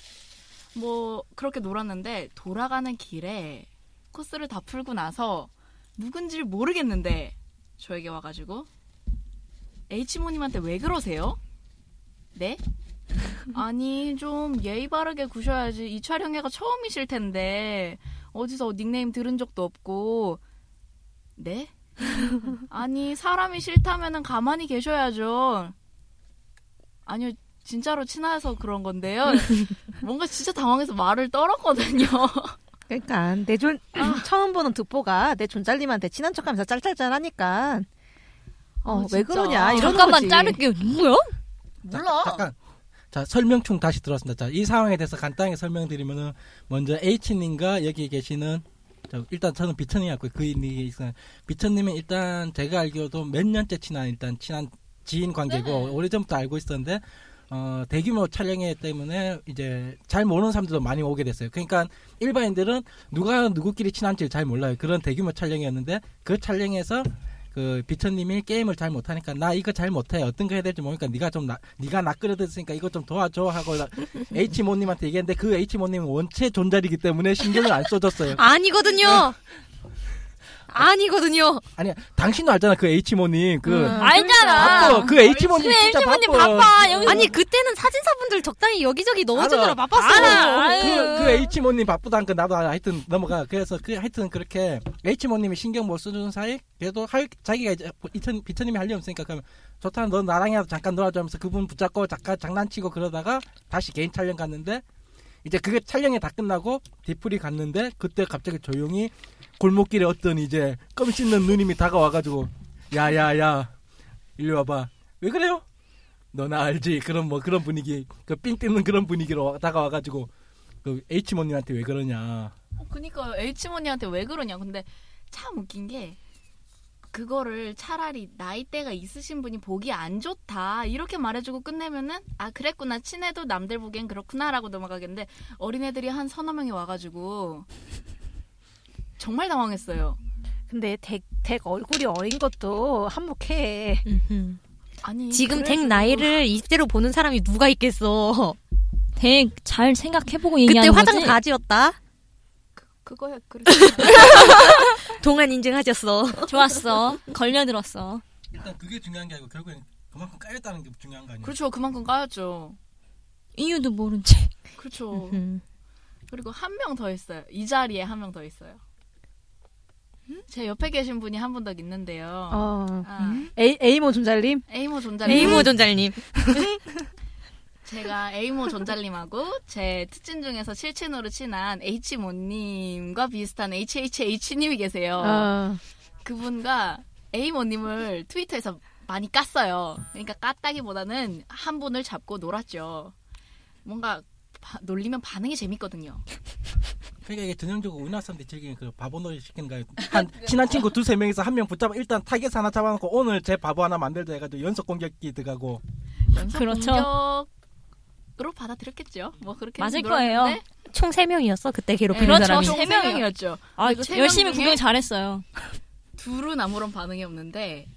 [SPEAKER 6] 뭐 그렇게 놀았는데 돌아가는 길에 코스를 다 풀고 나서 누군지를 모르겠는데 저에게 와가지고 H 모님한테 왜 그러세요? 네? 아니 좀 예의 바르게 구셔야지 이 촬영회가 처음이실 텐데 어디서 닉네임 들은 적도 없고 네? 아니 사람이 싫다면은 가만히 계셔야죠 아니요 진짜로 친해서 그런 건데요 뭔가 진짜 당황해서 말을 떨었거든요
[SPEAKER 5] 그러니까 내 존 처음 보는 듣보가 내 존잘님한테 친한 척하면서 짤짤짤하니까
[SPEAKER 6] 아,
[SPEAKER 5] 어왜
[SPEAKER 6] 진짜.
[SPEAKER 5] 그러냐 이런
[SPEAKER 7] 잠깐만
[SPEAKER 5] 거지.
[SPEAKER 7] 자를게요. 누구요?
[SPEAKER 6] 몰라
[SPEAKER 3] 잠깐. 자, 설명충 다시 들어왔습니다. 자, 이 상황에 대해서 간단하게 설명드리면은 먼저 H님과 여기 계시는 저, 일단 저는 비천님이었고 그인이 있어요. 비천님은 일단 제가 알기로도 몇 년째 친한 일단 친한 지인 관계고
[SPEAKER 6] 네.
[SPEAKER 3] 오래전부터 알고 있었는데 어, 대규모 촬영회 때문에 이제 잘 모르는 사람들도 많이 오게 됐어요. 그러니까 일반인들은 누가 누구끼리 친한지 잘 몰라요. 그런 대규모 촬영이었는데 그 촬영에서 그 비천님이 게임을 잘 못하니까 나 이거 잘 못해 어떤 거 해야 될지 모르니까 네가 좀 나, 네가 낚으려댔으니까 이거 좀 도와줘 하고 H 모님한테 얘기했는데 그 H 모님은 원체 존잘이기 때문에 신경을 안 써줬어요.
[SPEAKER 4] 아니거든요. 아니거든요.
[SPEAKER 3] 아니 당신도 알잖아 그 H 모님 그
[SPEAKER 7] 알잖아.
[SPEAKER 3] 바빠 그 H 모님 진짜
[SPEAKER 7] 엘릴
[SPEAKER 3] 바빠.
[SPEAKER 7] 바빠. 여기
[SPEAKER 4] 아니 그때는 사진사분들 적당히 여기저기 넣어주느라
[SPEAKER 3] 알아.
[SPEAKER 4] 바빴어.
[SPEAKER 7] 알아. 아유.
[SPEAKER 3] 그, 그 H모님 바쁘다니까 나도 알아. 하여튼 넘어가. 그래서 그 하여튼 그렇게 H모님이 신경 못 써주는 사이 그래도 할, 자기가 이제 이천, 비천님이 할 일 없으니까 그러면 좋다 너 나랑이라도 잠깐 놀아줘 하면서 그분 붙잡고 잠깐 장난치고 그러다가 다시 개인 촬영 갔는데 이제 그게 촬영이 다 끝나고 디풀이 갔는데 그때 갑자기 조용히 골목길에 어떤 이제 껌 씹는 누님이 다가와가지고 야야야 일리 와봐 왜 그래요? 너나 알지 그런 뭐 그런 분위기 그 삥 뜯는 그런 분위기로 다가와가지고 그 H 모님한테 왜 그러냐
[SPEAKER 6] 어, 그니까요. H모니한테 왜 그러냐. 근데 참 웃긴 게 그거를 차라리 나이대가 있으신 분이 보기 안 좋다 이렇게 말해주고 끝내면은 아 그랬구나 친해도 남들 보기엔 그렇구나라고 넘어가겠는데 어린애들이 한 서너 명이 와가지고 정말 당황했어요.
[SPEAKER 5] 근데 덱, 덱 얼굴이 어린 것도 한몫해.
[SPEAKER 6] 아니
[SPEAKER 4] 음, 지금
[SPEAKER 6] 그래도-
[SPEAKER 4] 댕 나이를 20대로 보는 사람이 누가 있겠어.
[SPEAKER 7] 되게 잘 생각해보고
[SPEAKER 4] 그때
[SPEAKER 7] 얘기하는
[SPEAKER 4] 화장
[SPEAKER 7] 거지?
[SPEAKER 4] 다 지웠다.
[SPEAKER 6] 그거야 그랬어.
[SPEAKER 4] 동안 인증하셨어.
[SPEAKER 7] 좋았어. 걸려들었어.
[SPEAKER 3] 일단 그게 중요한 게 아니고 결국엔 그만큼 까였다는 게 중요한 거 아니에요
[SPEAKER 6] 그렇죠 그만큼 까였죠.
[SPEAKER 7] 이유도 모른 채.
[SPEAKER 6] 그렇죠. 그리고 한 명 더 있어요. 이 자리에 한 명 더 있어요. 음? 제 옆에 계신 분이 한 분 더 있는데요.
[SPEAKER 5] 어.
[SPEAKER 6] 아,
[SPEAKER 7] 음?
[SPEAKER 5] 에이, 에이모 존잘님?
[SPEAKER 6] 에이모 존잘님.
[SPEAKER 4] 네이모 전잘님.
[SPEAKER 6] 제가 에이모 존잘님하고 제 특진 중에서 실친으로 친한 H모님과 비슷한 HHH님이 계세요.
[SPEAKER 7] 아.
[SPEAKER 5] 어.
[SPEAKER 6] 그분과 에이모님을 트위터에서 많이 깠어요. 그러니까 깠다기보다는 한 분을 잡고 놀았죠. 뭔가 바- 놀리면 반응이 재밌거든요.
[SPEAKER 3] 그러니까 이게 전형적으로 우리나라 사람들이 즐기는 그 바보 놀이 시키는 거예요 한 친한 친구 두세 명이서 한 명 붙잡아 일단 타겟 하나 잡아놓고 오늘 제 바보 하나 만들자 해가지고 연속 공격기 들어가고
[SPEAKER 6] 연속
[SPEAKER 7] 그렇죠.
[SPEAKER 6] 공격으로 받아들였겠죠. 뭐 그렇게
[SPEAKER 7] 맞을
[SPEAKER 6] 놀았는데
[SPEAKER 7] 거예요. 네,
[SPEAKER 4] 총 3명이었어 그때 괴롭히는
[SPEAKER 8] 그렇죠.
[SPEAKER 4] 사람이
[SPEAKER 6] 총세
[SPEAKER 8] 세 명이요.
[SPEAKER 6] 명이었죠.
[SPEAKER 8] 아,
[SPEAKER 6] 그리고 세명
[SPEAKER 8] 열심히
[SPEAKER 6] 중에-
[SPEAKER 8] 구경 잘했어요.
[SPEAKER 6] 둘은 아무런 반응이 없는데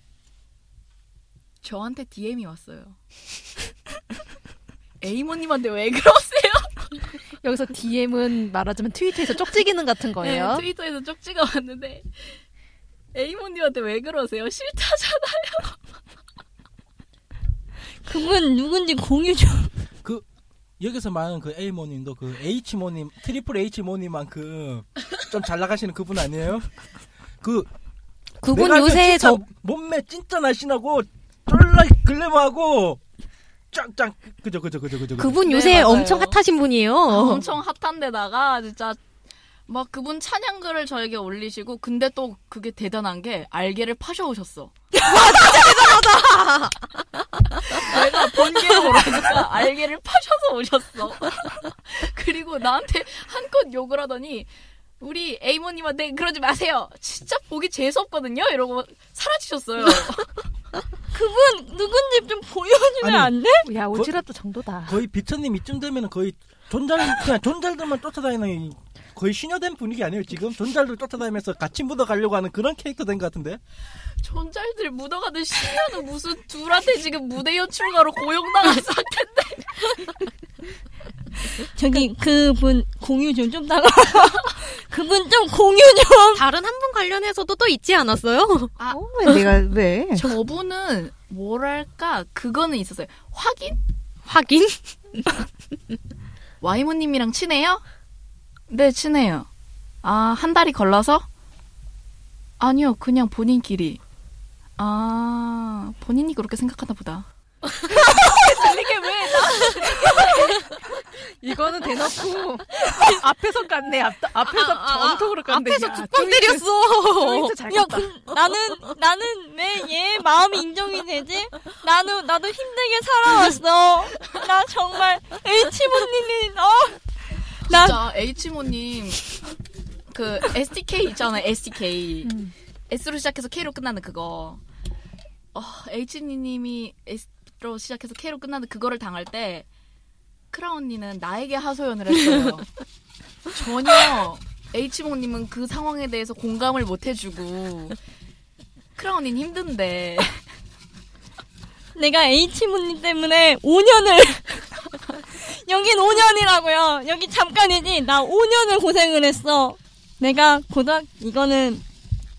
[SPEAKER 6] 저한테 DM이 왔어요. 에이모님한테 왜 그러세요?
[SPEAKER 5] 여기서 DM은 말하자면 트위터에서 쪽지 기능 같은 거예요.
[SPEAKER 6] 네, 트위터에서 쪽지가 왔는데 에이모님한테 왜 그러세요? 싫다잖아.
[SPEAKER 8] 그분 누군지 공유 좀.
[SPEAKER 3] 여기서 말하는 그 A모님도 그 H모님 트리플 H모님만큼 좀 잘 나가시는 그분 아니에요? 그
[SPEAKER 4] 그분
[SPEAKER 3] 내가
[SPEAKER 4] 요새
[SPEAKER 3] 진짜
[SPEAKER 4] 저
[SPEAKER 3] 몸매 진짜 날씬하고 쫄라 글래머하고 짱짱 그죠 그죠 그죠 그죠 그죠.
[SPEAKER 4] 그분
[SPEAKER 6] 네,
[SPEAKER 4] 요새
[SPEAKER 6] 맞아요.
[SPEAKER 4] 엄청 핫하신 분이에요.
[SPEAKER 5] 어.
[SPEAKER 6] 엄청 핫한데다가 진짜 막 그분 찬양글을 저에게 올리시고 근데 또 그게 대단한 게 알게를 파셔 오셨어. 와 진짜 대단하다. 내가 번개로 오라니까 알게를 파셔서 오셨어. 그리고 나한테 한껏 욕을 하더니 우리 에이모님한테 그러지 마세요. 진짜 보기 재수 없거든요. 이러고 사라지셨어요.
[SPEAKER 8] 그분 누군지 좀 보여주면
[SPEAKER 3] 아니,
[SPEAKER 8] 안 돼?
[SPEAKER 5] 야 오지랖도 정도다.
[SPEAKER 3] 거의 비천님 이쯤 되면 은 거의 존잘 그냥 존잘들만 쫓아다니는 거의 신여된 분위기 아니에요 지금 존잘들 쫓아다니면서 같이 묻어가려고 하는 그런 캐릭터 된 것 같은데
[SPEAKER 6] 전잘들 묻어가는 신녀는 무슨 둘한테 지금 무대 연출가로 고용당한 상태.
[SPEAKER 8] 저기 그분 공유 좀 좀 다가. 그분 좀 공유 좀.
[SPEAKER 4] 다른 한 분 관련해서도 또 있지 않았어요?
[SPEAKER 6] 아,
[SPEAKER 5] 왜 내가 왜?
[SPEAKER 6] 저분은 뭐랄까 그거는 있었어요. 확인?
[SPEAKER 4] 확인?
[SPEAKER 6] 와이모님이랑 친해요? 네 친해요. 아 한 달이 걸러서? 아니요 그냥 본인끼리. 아 본인이 그렇게 생각하나 보다. 이게 왜?
[SPEAKER 5] 이거는 대놓고 앞에서 깠네 앞 아, 앞에서 전통으로 깠네.
[SPEAKER 4] 앞에서 죽빵 때렸어.
[SPEAKER 5] 트위터 잘
[SPEAKER 8] 야,
[SPEAKER 5] 깠다.
[SPEAKER 8] 그, 나는 나는 왜 얘 마음이 인정이 되지? 나는 나도 힘들게 살아왔어. 나 정말 H 본님이 어. 나
[SPEAKER 6] 진짜 H모님 그 STK 있잖아요 STK
[SPEAKER 8] 음.
[SPEAKER 6] S로 시작해서 K로 끝나는 그거 어, H님이 S로 시작해서 K로 끝나는 그거를 당할 때 크라 언니는 나에게 하소연을 했어요 전혀 H모님은 그 상황에 대해서 공감을 못 해주고 크라 언니는 힘든데
[SPEAKER 8] 내가 H 문님 때문에 5년을 여긴 5년이라고요. 여기 잠깐이지. 나 5년을 고생을 했어. 내가 고등 이거는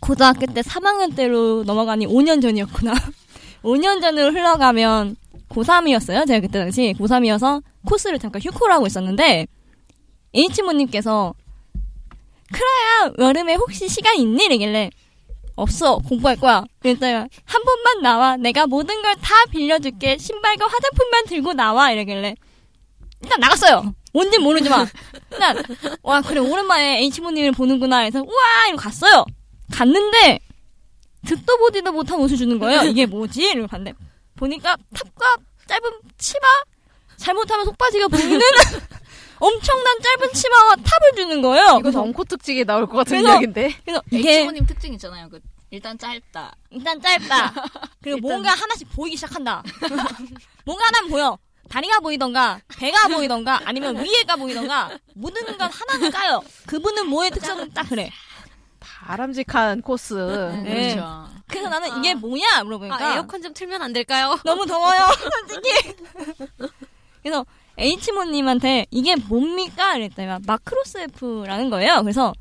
[SPEAKER 8] 고등학교 때 3학년 때로 넘어가니 5년 전이었구나. 5년 전으로 흘러가면 고3이었어요. 제가 그때 당시 고3이어서 코스를 잠깐 휴코를 하고 있었는데 H 모님께서 크라야 여름에 혹시 시간 있니? 이러길래 없어 공부할 거야 그랬어요 한 번만 나와 내가 모든 걸 다 빌려줄게 신발과 화장품만 들고 나와 이러길래 일단 나갔어요 뭔진 모르지만 일단 와 그래 오랜만에 H모님을 보는구나 해서 우와 이러고 갔어요 갔는데 듣도 보지도 못한 옷을 주는 거예요 이게 뭐지? 이러고 갔는데 보니까 탑과 짧은 치마 잘못하면 속바지가 보이는 엄청난 짧은 치마와 탑을 주는 거예요
[SPEAKER 5] 이거 덩코 특집에 나올 것 같은
[SPEAKER 8] 그래서-
[SPEAKER 5] 이야기인데.
[SPEAKER 8] 그래서 이게
[SPEAKER 6] H모님 특징 있잖아요 그 일단 짧다
[SPEAKER 8] 일단 짧다. 그리고 뭔가 하나씩 보이기 시작한다. 뭔가 하나 보여. 다리가 보이던가, 배가 보이던가, 아니면 위에가 보이던가, 모든 건 하나는 까요. 그분은 뭐의 특성은 딱 그래.
[SPEAKER 5] 바람직한 코스.
[SPEAKER 8] 네.
[SPEAKER 6] 그렇죠
[SPEAKER 8] 그래서 나는 이게 뭐냐? 물어보니까.
[SPEAKER 4] 아, 에어컨 좀 틀면 안 될까요?
[SPEAKER 8] 너무 더워요, 솔직히. 그래서 H모님한테 이게 뭡니까? 이랬더니 막 마크로스 F라는 거예요. 그래서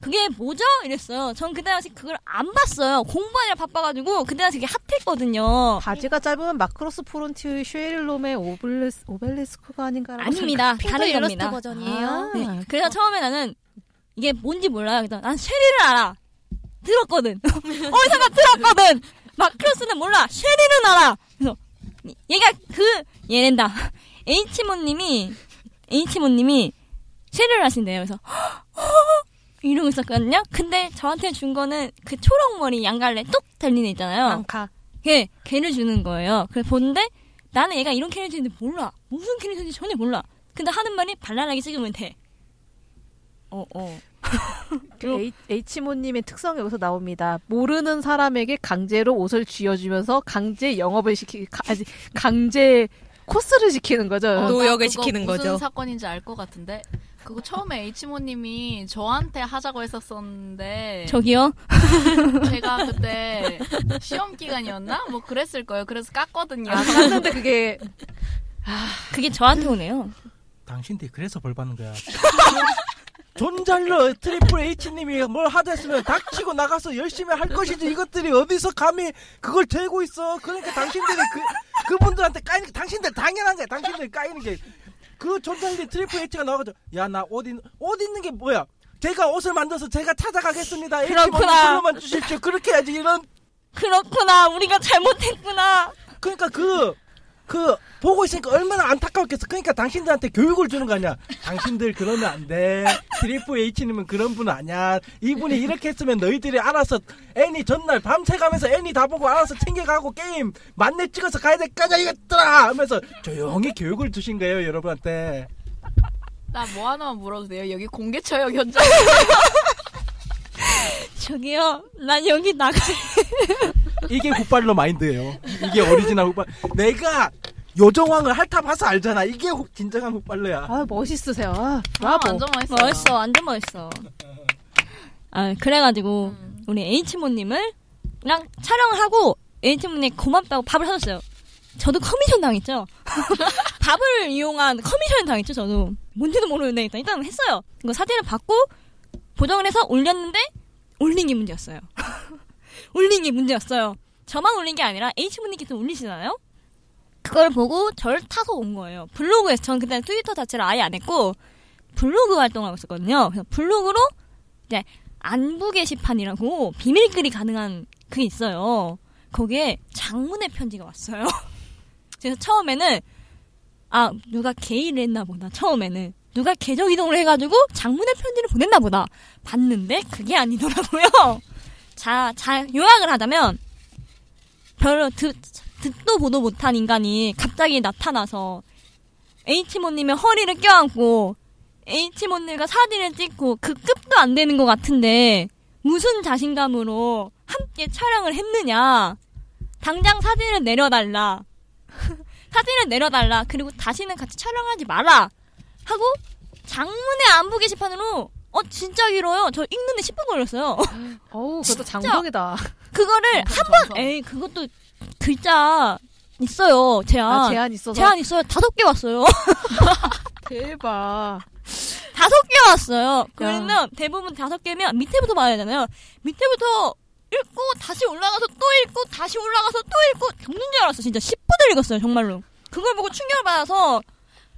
[SPEAKER 8] 그게 뭐죠? 이랬어요. 전 그때 당시 그걸 안 봤어요. 공부하느라 바빠가지고 그때 당시 그게 핫했거든요.
[SPEAKER 5] 바지가 짧으면 마크로스 포론티의 쉐일롬의 오벨레스, 오벨리스크가 아닌가라고
[SPEAKER 8] 아닙니다.
[SPEAKER 4] 핑크
[SPEAKER 8] 다른
[SPEAKER 4] 옐로스터
[SPEAKER 8] 겁니다.
[SPEAKER 4] 버전이에요.
[SPEAKER 5] 아,
[SPEAKER 8] 네. 그래서 처음에 나는 이게 뭔지 몰라요. 그래서 난 쉐리를 알아. 들었거든. 어디서 막 들었거든. 마크로스는 몰라. 쉐리는 알아. 그래서 얘가 그 얘랜다. H모님이 H모님이 쉐리를 하신대요. 그래서 이러고 있었거든요. 근데 저한테 준 거는 그 초록 머리 양갈래 뚝 달린 애 있잖아요.
[SPEAKER 4] 앙카.
[SPEAKER 8] 걔, 걔를 주는 거예요. 그래서 보는데 나는 얘가 이런 캐릭터인데 몰라. 무슨 캐릭터인지 전혀 몰라. 근데 하는 말이 발랄하게 찍으면 돼. 어, 어.
[SPEAKER 5] 그 H모님의 특성이 여기서 나옵니다. 모르는 사람에게 강제로 옷을 쥐어주면서 강제 영업을 시키, 가, 아니, 강제 코스를 지키는 거죠.
[SPEAKER 6] 어, 나
[SPEAKER 4] 노역을
[SPEAKER 6] 그거
[SPEAKER 4] 지키는 거죠.
[SPEAKER 6] 무슨 사건인지 알 것 같은데 그거 처음에 H모님이 저한테 하자고 했었었는데
[SPEAKER 8] 저기요?
[SPEAKER 6] 제가 그때 시험 기간이었나 뭐 그랬을 거예요. 그래서 깠거든요.
[SPEAKER 5] 아, 깠는데 그게
[SPEAKER 8] 그게 저한테 오네요.
[SPEAKER 3] 당신들이 그래서 벌 받는 거야. 존잘러 트리플 H님이 뭘 하자 했으면 닥치고 나가서 열심히 할 것이지 이것들이 어디서 감히 그걸 들고 있어. 그러니까 당신들이 그 그분들한테 까이는 게 당신들 당연한 거야. 당신들 까이는 게 그 존잘러 트리플 H가 나와가지고 야나 어디 있- 어디 있는 게 뭐야? 제가 옷을 만들어서 제가 찾아가겠습니다. H 번호
[SPEAKER 8] 그렇구나.
[SPEAKER 3] 불러만 주십시오. 그렇게 해야지 이런
[SPEAKER 8] 그렇구나. 우리가 잘못했구나.
[SPEAKER 3] 그러니까 그, 그, 보고 있으니까 얼마나 안타까웠겠어. 그러니까 당신들한테 교육을 주는 거 아니야. 당신들 그러면 안 돼. 드리프 H님은 그런 분 아니야. 이분이 이렇게 했으면 너희들이 알아서 애니 전날 밤새 가면서 애니 다 보고 알아서 챙겨가고 게임 만렙 찍어서 가야 될 거냐 이것들아! 하면서 조용히 교육을 주신 거예요, 여러분한테.
[SPEAKER 6] 나 뭐 하나만 물어도 돼요? 여기 공개 처형 현장.
[SPEAKER 8] 저기요. 난 여기 나가.
[SPEAKER 3] 이게 훅발로 마인드예요. 이게 오리지널 훅발. 내가 요정왕을 핥아봐서 알잖아. 이게 훅- 진정한 훅발로야.
[SPEAKER 5] 아 멋있으세요. 아,
[SPEAKER 6] 아,
[SPEAKER 5] 브라보.
[SPEAKER 6] 완전 맛있어.
[SPEAKER 8] 멋있어. 완전 멋있어. 아, 그래가지고,
[SPEAKER 6] 음.
[SPEAKER 8] 우리 H모님을, 랑 촬영하고, H모님 고맙다고 밥을 사줬어요. 저도 커미션 당했죠? 밥을 이용한 커미션 당했죠, 저도. 뭔지도 모르는데, 일단, 일단 했어요. 이거 사진을 받고, 보정을 해서 올렸는데, 올린 게 문제였어요. 올린 게 문제였어요. 저만 올린 게 아니라, H모님께서 올리시잖아요? 그걸 보고, 저를 타서 온 거예요. 블로그에서, 전 그때 트위터 자체를 아예 안 했고, 블로그 활동하고 있었거든요. 그래서 블로그로 이제 안부 게시판이라고 비밀글이 가능한 그게 있어요. 거기에 장문의 편지가 왔어요. 그래서 처음에는 아 누가 게이를 했나 보다. 처음에는 누가 계정 이동을 해가지고 장문의 편지를 보냈나 보다. 봤는데 그게 아니더라고요. 자, 자 요약을 하자면 별로 듣, 듣도 보도 못한 인간이 갑자기 나타나서 H모님의 허리를 껴안고 H몬들과 사진을 찍고 그 급도 안 되는 것 같은데 무슨 자신감으로 함께 촬영을 했느냐. 당장 사진을 내려달라. 사진을 내려달라. 그리고 다시는 같이 촬영하지 마라. 하고 장문의 안부 게시판으로 어 진짜 길어요. 저 읽는데 10분 걸렸어요.
[SPEAKER 5] 어우 그것도 장동이다.
[SPEAKER 8] 그거를 한번 에이 그것도 글자 있어요. 제안.
[SPEAKER 5] 아, 제안 있어서
[SPEAKER 8] 제안 있어요. 다섯 개 왔어요.
[SPEAKER 5] 대박.
[SPEAKER 8] 다섯 개 왔어요. 그러면 대부분 다섯 개면 밑에부터 봐야 되잖아요. 밑에부터 읽고 다시 올라가서 또 읽고 다시 올라가서 또 읽고 겪는 줄 알았어. 진짜 10분을 읽었어요. 정말로. 그걸 보고 충격을 받아서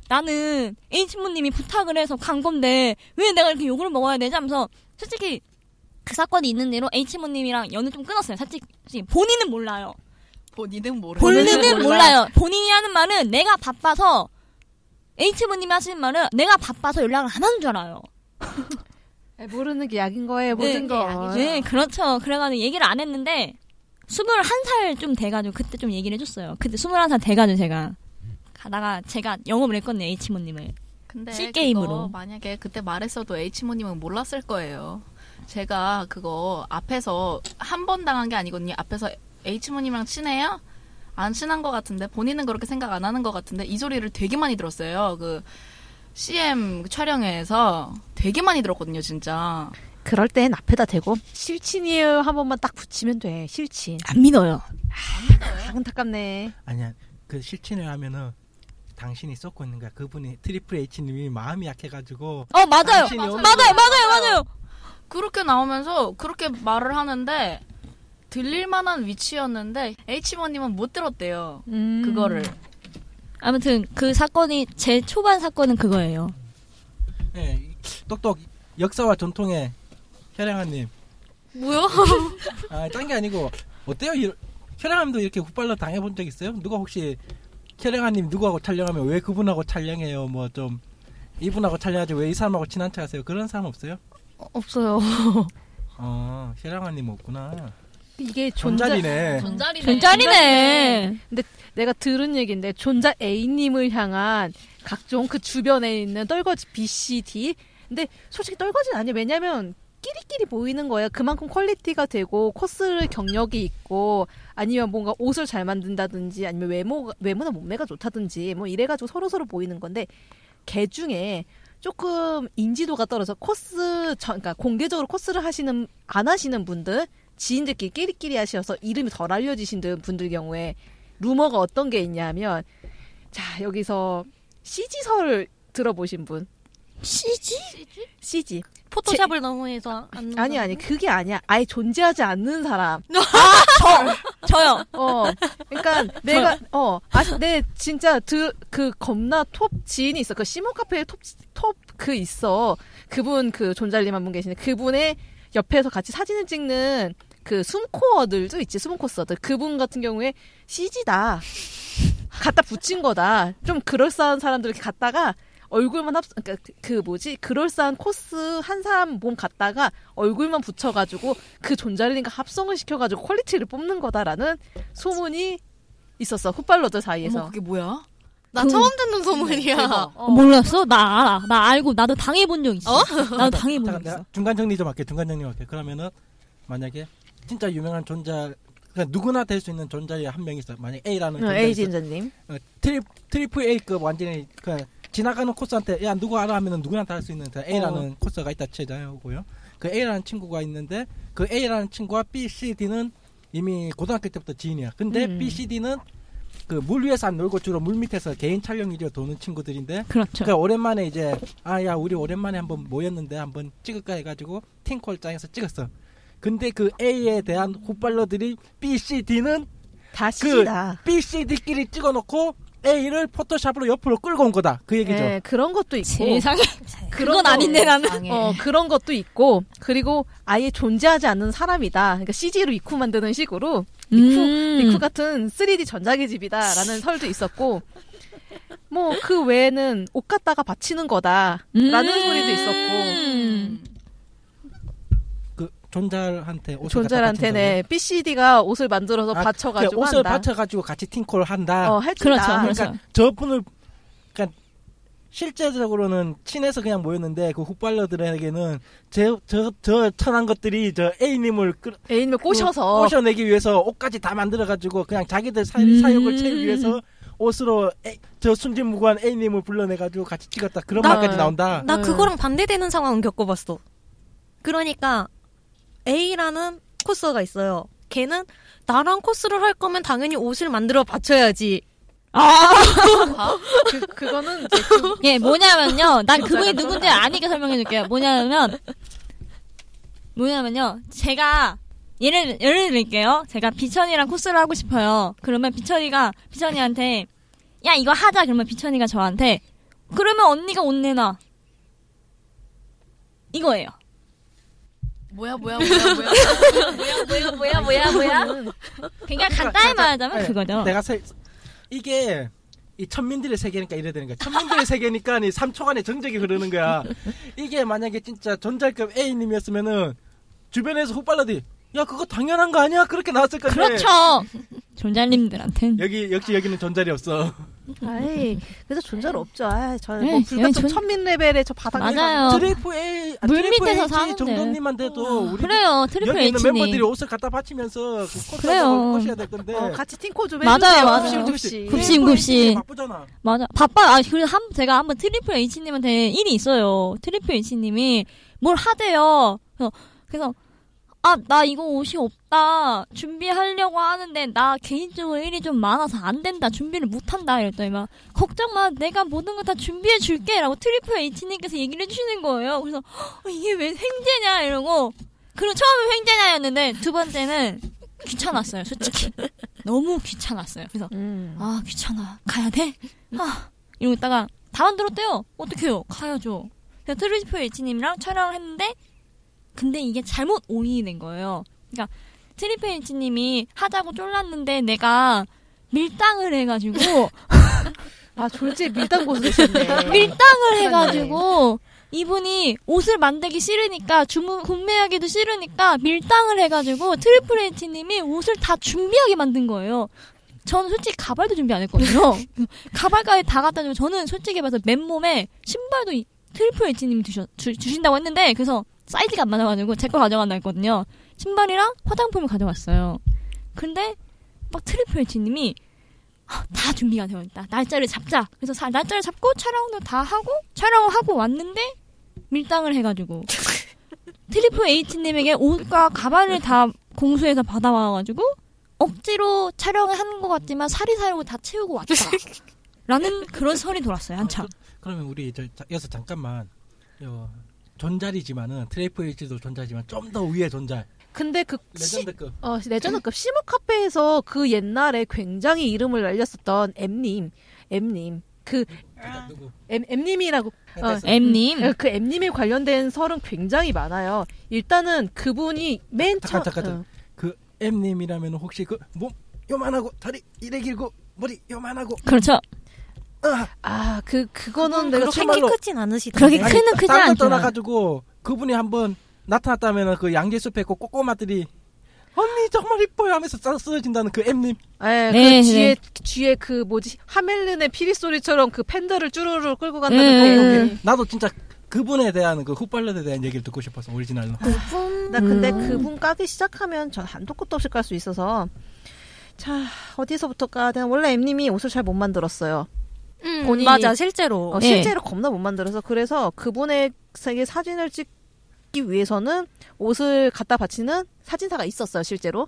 [SPEAKER 8] 나는 H모님이 부탁을 해서 간 건데 왜 내가 이렇게 욕을 먹어야 되지 하면서 솔직히 그 사건이 있는 대로 H모님이랑 연을 좀 끊었어요. 솔직히 본인은 몰라요.
[SPEAKER 6] 본인은 모르.
[SPEAKER 8] 본인은 몰라요. 본인이 하는 말은 내가 바빠서 H모님이 하시는 말은 내가 바빠서 연락을 안 하는 줄 알아요.
[SPEAKER 5] 에, 모르는 게 약인 거예요
[SPEAKER 8] 네,
[SPEAKER 5] 모든 거.
[SPEAKER 8] 네, 그렇죠. 그래가지고 얘기를 안 했는데, 21살 좀 돼가지고, 그때 좀 얘기를 해줬어요. 그때 21살 돼가지고 제가. 가다가 제가 영업을 했거든요, H모님을.
[SPEAKER 6] 근데
[SPEAKER 8] 실 게임으로.
[SPEAKER 6] 그거 만약에 그때 말했어도 H모님은 몰랐을 거예요. 제가 그거 앞에서 한 번 당한 게 아니거든요. 앞에서 H모님이랑 친해요? 안 친한 것 같은데 본인은 그렇게 생각 안 하는 것 같은데 이 소리를 되게 많이 들었어요. 그 CM 촬영회에서 되게 많이 들었거든요, 진짜.
[SPEAKER 5] 그럴 땐 앞에다 대고 실친이에요 한 번만 딱 붙이면 돼. 실친. 아,
[SPEAKER 8] 안 믿어요.
[SPEAKER 5] 안타깝네.
[SPEAKER 3] 아니야 그 실친을 하면은 당신이 쏟고 있는 거야 그분이 트리플 H님이 마음이 약해가지고
[SPEAKER 8] 어, 맞아요.
[SPEAKER 3] 당신이
[SPEAKER 8] 맞아요,
[SPEAKER 3] 어느-
[SPEAKER 8] 맞아요, 맞아요. 맞아요.
[SPEAKER 6] 그렇게 나오면서 그렇게 말을 하는데 들릴 만한 위치였는데 H모님은 못 들었대요.
[SPEAKER 5] 음.
[SPEAKER 6] 그거를.
[SPEAKER 8] 아무튼, 그 사건이, 제 초반 사건은 그거예요.
[SPEAKER 3] 예, 똑똑 역사와 전통의 혈양아님
[SPEAKER 4] 뭐야?
[SPEAKER 3] 아 딴 게 아니고 어때요 이- 혈양아님도 이렇게 훅발로 당해본 적 있어요? 누가 혹시 혈양아님 누구하고 촬영하면 왜 그분하고 촬영해요 뭐 좀 이분하고 촬영하지 왜 이 사람하고 친한 척하세요 그런 사람 없어요?
[SPEAKER 4] 없어요.
[SPEAKER 3] 어 혈양아님 없구나
[SPEAKER 5] 이게 존재
[SPEAKER 3] 존잘이네
[SPEAKER 6] 전자리네.
[SPEAKER 8] 전자리네.
[SPEAKER 5] 내가 들은 얘기인데 존자 A님을 향한 각종 그 주변에 있는 떨거지 B, C, D. 근데 솔직히 떨거지는 아니에요. 왜냐면 끼리끼리 보이는 거예요. 그만큼 퀄리티가 되고 코스를 경력이 있고 아니면 뭔가 옷을 잘 만든다든지 아니면 외모 외모나 몸매가 좋다든지 뭐 이래가지고 서로 서로 보이는 건데 개 중에 조금 인지도가 떨어져 코스 전- 그러니까 공개적으로 코스를 하시는 안 하시는 분들 지인들끼리 끼리끼리 하셔서 이름이 덜 알려지신 들- 분들 경우에 루머가 어떤 게 있냐면 자 여기서 CG설 들어보신 분
[SPEAKER 8] CG?
[SPEAKER 5] CG
[SPEAKER 4] 포토샵을 너무 해서 안
[SPEAKER 8] 음,
[SPEAKER 4] 넣는
[SPEAKER 5] 아니 아니 그게 아니야 아예 존재하지 않는 사람
[SPEAKER 8] 아, 저요.
[SPEAKER 5] 어 그러니까 내가 어아내 진짜 드 그 겁나 톱 지인이 있어 그 시모 카페에 톱톱 그 있어 그분 그 존잘님 한 분 계시는데 그분의 옆에서 같이 사진을 찍는 그 숨코어들도 있지 숨코스어들 그분 같은 경우에 CG다 갖다 붙인 거다 좀 그럴싸한 사람들 이렇게 갔다가 얼굴만 합 그러니까 그- 그 뭐지 그럴싸한 코스 한 사람 몸 갔다가 얼굴만 붙여가지고 그 존잘님과 합성을 시켜가지고 퀄리티를 뽑는 거다라는 소문이 있었어 풋발러들 사이에서
[SPEAKER 6] 어머 그게 뭐야?
[SPEAKER 4] 나
[SPEAKER 8] 그-
[SPEAKER 4] 처음 듣는 소문이야.
[SPEAKER 5] 어.
[SPEAKER 8] 몰랐어? 나 알아. 나 알고 나도 당해본 적 있어. 나도 당해본
[SPEAKER 3] 잠깐 내가
[SPEAKER 8] 적 있어.
[SPEAKER 3] 중간 정리 좀 할게. 중간 정리 좀 할게. 그러면은 만약에 진짜 유명한 존재 그러니까 누구나 될 수 있는 존재에 한 명 있어. 만약 A라는
[SPEAKER 5] 어,
[SPEAKER 3] 존재
[SPEAKER 5] 에이 진자님
[SPEAKER 3] 어, 트리, 트리플 A급 완전히 그 지나가는 코스한테 야 누구 알아 하면은 누구나 다 할 수 있는 그 A라는
[SPEAKER 8] 어.
[SPEAKER 3] 코스가 있다 치자고요. 그 A라는 친구가 있는데 그 A라는 친구와 B, C, D는 이미 고등학교 때부터 지인이야. 근데
[SPEAKER 5] 음.
[SPEAKER 3] B, C, D는 그 물 위에서 안 놀고 주로 물 밑에서 개인 촬영 위주로 도는 친구들인데
[SPEAKER 8] 그렇죠.
[SPEAKER 3] 그러니까 오랜만에 이제 아 야 우리 오랜만에 한번 모였는데 한번 찍을까 해가지고 팅콜장에서 찍었어. 근데 그 A에 대한 훗발러들이 B, C, D는
[SPEAKER 5] 다
[SPEAKER 3] 그
[SPEAKER 5] CG다
[SPEAKER 3] B, C, D끼리 찍어놓고 A를 포토샵으로 옆으로 끌고 온 거다. 그 얘기죠.
[SPEAKER 5] 예, 그런 것도 있고
[SPEAKER 8] 세상에.
[SPEAKER 5] 그런
[SPEAKER 8] 그건
[SPEAKER 5] 거-
[SPEAKER 8] 아닌데 나는.
[SPEAKER 6] 당해.
[SPEAKER 5] 어 그런 것도 있고 그리고 아예 존재하지 않는 사람이다 그러니까 CG로 이쿠 만드는 식으로 이쿠
[SPEAKER 8] 음.
[SPEAKER 5] 이쿠 같은 3D 전자기 집이다라는 설도 있었고 뭐 그 외에는 옷 갖다가 바치는 거다라는 소리도 있었고
[SPEAKER 8] 음.
[SPEAKER 3] 그 존잘한테 옷을
[SPEAKER 5] 존잘한테는 BCD가 옷을 만들어서
[SPEAKER 3] 아, 갖다 바친다고.
[SPEAKER 5] 받쳐가지고
[SPEAKER 3] 그러니까 옷을
[SPEAKER 5] 한다.
[SPEAKER 3] 받쳐가지고 같이 팅콜 한다.
[SPEAKER 5] 어, 해준다.
[SPEAKER 8] 그렇죠. 그렇죠.
[SPEAKER 3] 그러니까 저분을 그러니까 실제적으로는 친해서 그냥 모였는데 그 훗발러들에게는 저 저 저 천한 것들이 저 A님을 끌,
[SPEAKER 5] 애인을
[SPEAKER 3] 그
[SPEAKER 5] 꼬셔서
[SPEAKER 3] 꼬셔내기 위해서 옷까지 다 만들어가지고 그냥 자기들 사,
[SPEAKER 8] 음.
[SPEAKER 3] 사욕을 채우기 위해서 옷으로 에- 저 순진무구한 A님을 불러내가지고 같이 찍었다 그런
[SPEAKER 5] 나-
[SPEAKER 3] 말까지 나온다
[SPEAKER 4] 나
[SPEAKER 5] 음.
[SPEAKER 4] 그거랑 반대되는 상황은 겪어봤어. 그러니까 A라는 코스가 있어요. 걔는 나랑 코스를 할 거면 당연히 옷을 만들어 받쳐야지.
[SPEAKER 5] 그, 그거는 이제 그-
[SPEAKER 8] 예, 뭐냐면요. 난 그분이 누군지 아니게 설명해 줄게요. 뭐냐면, 뭐냐면요. 제가, 예를, 예를 들게요. 제가 비천이랑 코스를 하고 싶어요. 그러면 비천이가, 비천이한테, 야, 이거 하자. 그러면 비천이가 저한테, 그러면 언니가 옷 내놔. 이거예요.
[SPEAKER 6] 뭐야 뭐야 뭐야
[SPEAKER 8] 뭐야,
[SPEAKER 6] 뭐야.
[SPEAKER 8] 뭐야, 뭐야, 뭐야.
[SPEAKER 5] 그거는
[SPEAKER 8] 그냥 그러니까 간단히 말하자면
[SPEAKER 3] 네,
[SPEAKER 8] 그거죠.
[SPEAKER 3] 내가 세- 이게 이 천민들의 세계니까 이래 되는 거야. 천민들의 세계니까 이 3초간의 정적이 흐르는 거야. 이게 만약에 진짜 전자급 A님이었으면은 주변에서 훗발러들이 야 그거 당연한 거 아니야? 그렇게 나왔을 건데
[SPEAKER 8] 그렇죠. 존잘님들한텐.
[SPEAKER 3] 여기 역시 여기는 전자리 없어.
[SPEAKER 5] 아이 그래서 존재는 없죠. 아이, 저는
[SPEAKER 8] 네,
[SPEAKER 5] 뭐 불가 좀
[SPEAKER 8] 전-
[SPEAKER 5] 천민 레벨의 저 바닥
[SPEAKER 8] 맞아요.
[SPEAKER 3] 트리프 A 아,
[SPEAKER 8] 어. 물
[SPEAKER 3] 트리프
[SPEAKER 8] 밑에서
[SPEAKER 3] H
[SPEAKER 8] 사는데. 어.
[SPEAKER 3] 정도님만 돼도 우리
[SPEAKER 8] 그래요. 트리플
[SPEAKER 3] 여기 있는 멤버들이
[SPEAKER 8] H님.
[SPEAKER 3] 옷을 갖다 바치면서 그
[SPEAKER 8] 그래요.
[SPEAKER 3] 그래요. 꼬셔야 될 건데.
[SPEAKER 5] 어, 같이 팅코 좀
[SPEAKER 8] 맞아요,
[SPEAKER 5] 해주세요.
[SPEAKER 8] 맞아요.
[SPEAKER 5] 굽실굽실.
[SPEAKER 8] 굽실. 굽신,
[SPEAKER 3] 트리플
[SPEAKER 8] 굽신.
[SPEAKER 3] H님이 바쁘잖아.
[SPEAKER 8] 맞아. 바빠. 아, 그래서 한, 제가 한번 트리플 H님한테 일이 있어요. 트리플 H님이 뭘 하대요. 그래서, 그래서, 아, 나 이거 옷이 없다. 준비하려고 하는데, 나 개인적으로 일이 좀 많아서 안 된다. 준비를 못 한다. 이랬더니 막, 걱정 마. 내가 모든 거 다 준비해 줄게. 라고 트리플 H님께서 얘기를 해주시는 거예요. 그래서, 어, 이게 왜 횡재냐? 이러고. 그리고 처음에 횡재냐였는데, 두 번째는 귀찮았어요. 솔직히. 너무 귀찮았어요. 그래서,
[SPEAKER 5] 음.
[SPEAKER 8] 아 귀찮아 가야 돼? 아 이러고 있다가 다 만들었대요 어떡해요 가야죠 그래서 트루지표 H님이랑 촬영을 했는데 근데 이게 잘못 오인이 된 거예요 그러니까 트리페 H님이 하자고 쫄랐는데 내가 밀당을 해가지고
[SPEAKER 5] 아 졸지에 밀당 고수셨네.
[SPEAKER 8] 밀당을 해가지고 이분이 옷을 만들기 싫으니까 주문 구매하기도 싫으니까 밀당을 해가지고 트리플 H님이 옷을 다 준비하게 만든 거예요. 저는 솔직히 가발도 준비 안 했거든요. 가발까지 다 갖다 주고 저는 솔직히 봐서 맨몸에 신발도 이- 트리플 H님이 주신다고 했는데 그래서 사이즈가 안 맞아가지고 제 거 가져간다 했거든요. 신발이랑 화장품을 가져왔어요. 근데 막 트리플 H님이 다 준비가 되어 있다. 날짜를 잡자. 그래서 사- 날짜를 잡고 촬영도 다 하고 촬영을 하고 왔는데 밀당을 해가지고 트리플 H님에게 옷과 가방을 다 공수해서 받아와가지고 억지로 촬영을 한 것 같지만 사리사욕을 다 채우고 왔다. 라는 그런 설이 돌았어요 한참.
[SPEAKER 3] 그러면 우리 저, 자- 여기서 잠깐만 요, 존잘이지만은 트레이프 H도 존잘이지만 좀 더 위에 존잘
[SPEAKER 5] 근데 그 시,
[SPEAKER 3] 레전드급
[SPEAKER 5] 어, 레전드급 시모 카페에서 그 옛날에 굉장히 이름을 날렸었던 M님, M님, 그
[SPEAKER 8] 아.
[SPEAKER 3] 그러니까 누구
[SPEAKER 5] M, M님이라고 어,
[SPEAKER 8] 네. M님
[SPEAKER 5] 그 M님에 관련된 설은 굉장히 많아요. 일단은 그분이 맨
[SPEAKER 3] 잠깐,
[SPEAKER 5] 처음
[SPEAKER 3] 잠깐,
[SPEAKER 5] 어,
[SPEAKER 3] 그 M님이라면 혹시 그 몸 요만하고 다리 이래 길고 머리 요만하고
[SPEAKER 8] 그렇죠.
[SPEAKER 3] 아,
[SPEAKER 5] 아, 그 그거는 내가
[SPEAKER 4] 음, 그렇게 키
[SPEAKER 5] 정말로
[SPEAKER 4] 크진 않으시던데.
[SPEAKER 8] 그렇게 크는 크지
[SPEAKER 3] 딴거
[SPEAKER 8] 않지만
[SPEAKER 3] 떠나가지고 그분이 한번 나타났다면 그 양재숲에 그 꼬꼬마들이 언니 정말 이뻐요 하면서 써- 쓰러진다는 그 M님
[SPEAKER 5] 예,
[SPEAKER 8] 네,
[SPEAKER 5] 그 뒤에
[SPEAKER 8] 네.
[SPEAKER 5] 뒤에 그 뭐지 하멜른의 피리 소리처럼 그 팬더를 쭈루루 끌고
[SPEAKER 8] 음,
[SPEAKER 5] 간다는 거.
[SPEAKER 8] 음.
[SPEAKER 3] 나도 진짜 그분에 대한 그 훅발렛에 대한 얘기를 듣고 싶어서 오리지널로
[SPEAKER 8] 음.
[SPEAKER 5] 나 근데 그분 까기 시작하면 전 한도 끝도 없이 깔 수 있어서 자 어디서부터 까야 되나 원래 M님이 옷을 잘 못 만들었어요.
[SPEAKER 4] 음,
[SPEAKER 5] 본인이-
[SPEAKER 4] 맞아 실제로. 예.
[SPEAKER 5] 어,
[SPEAKER 8] 네.
[SPEAKER 5] 실제로 겁나 못 만들어서 그래서 그분의 세계 사진을 찍기 위해서는 옷을 갖다 바치는 사진사가 있었어요 실제로.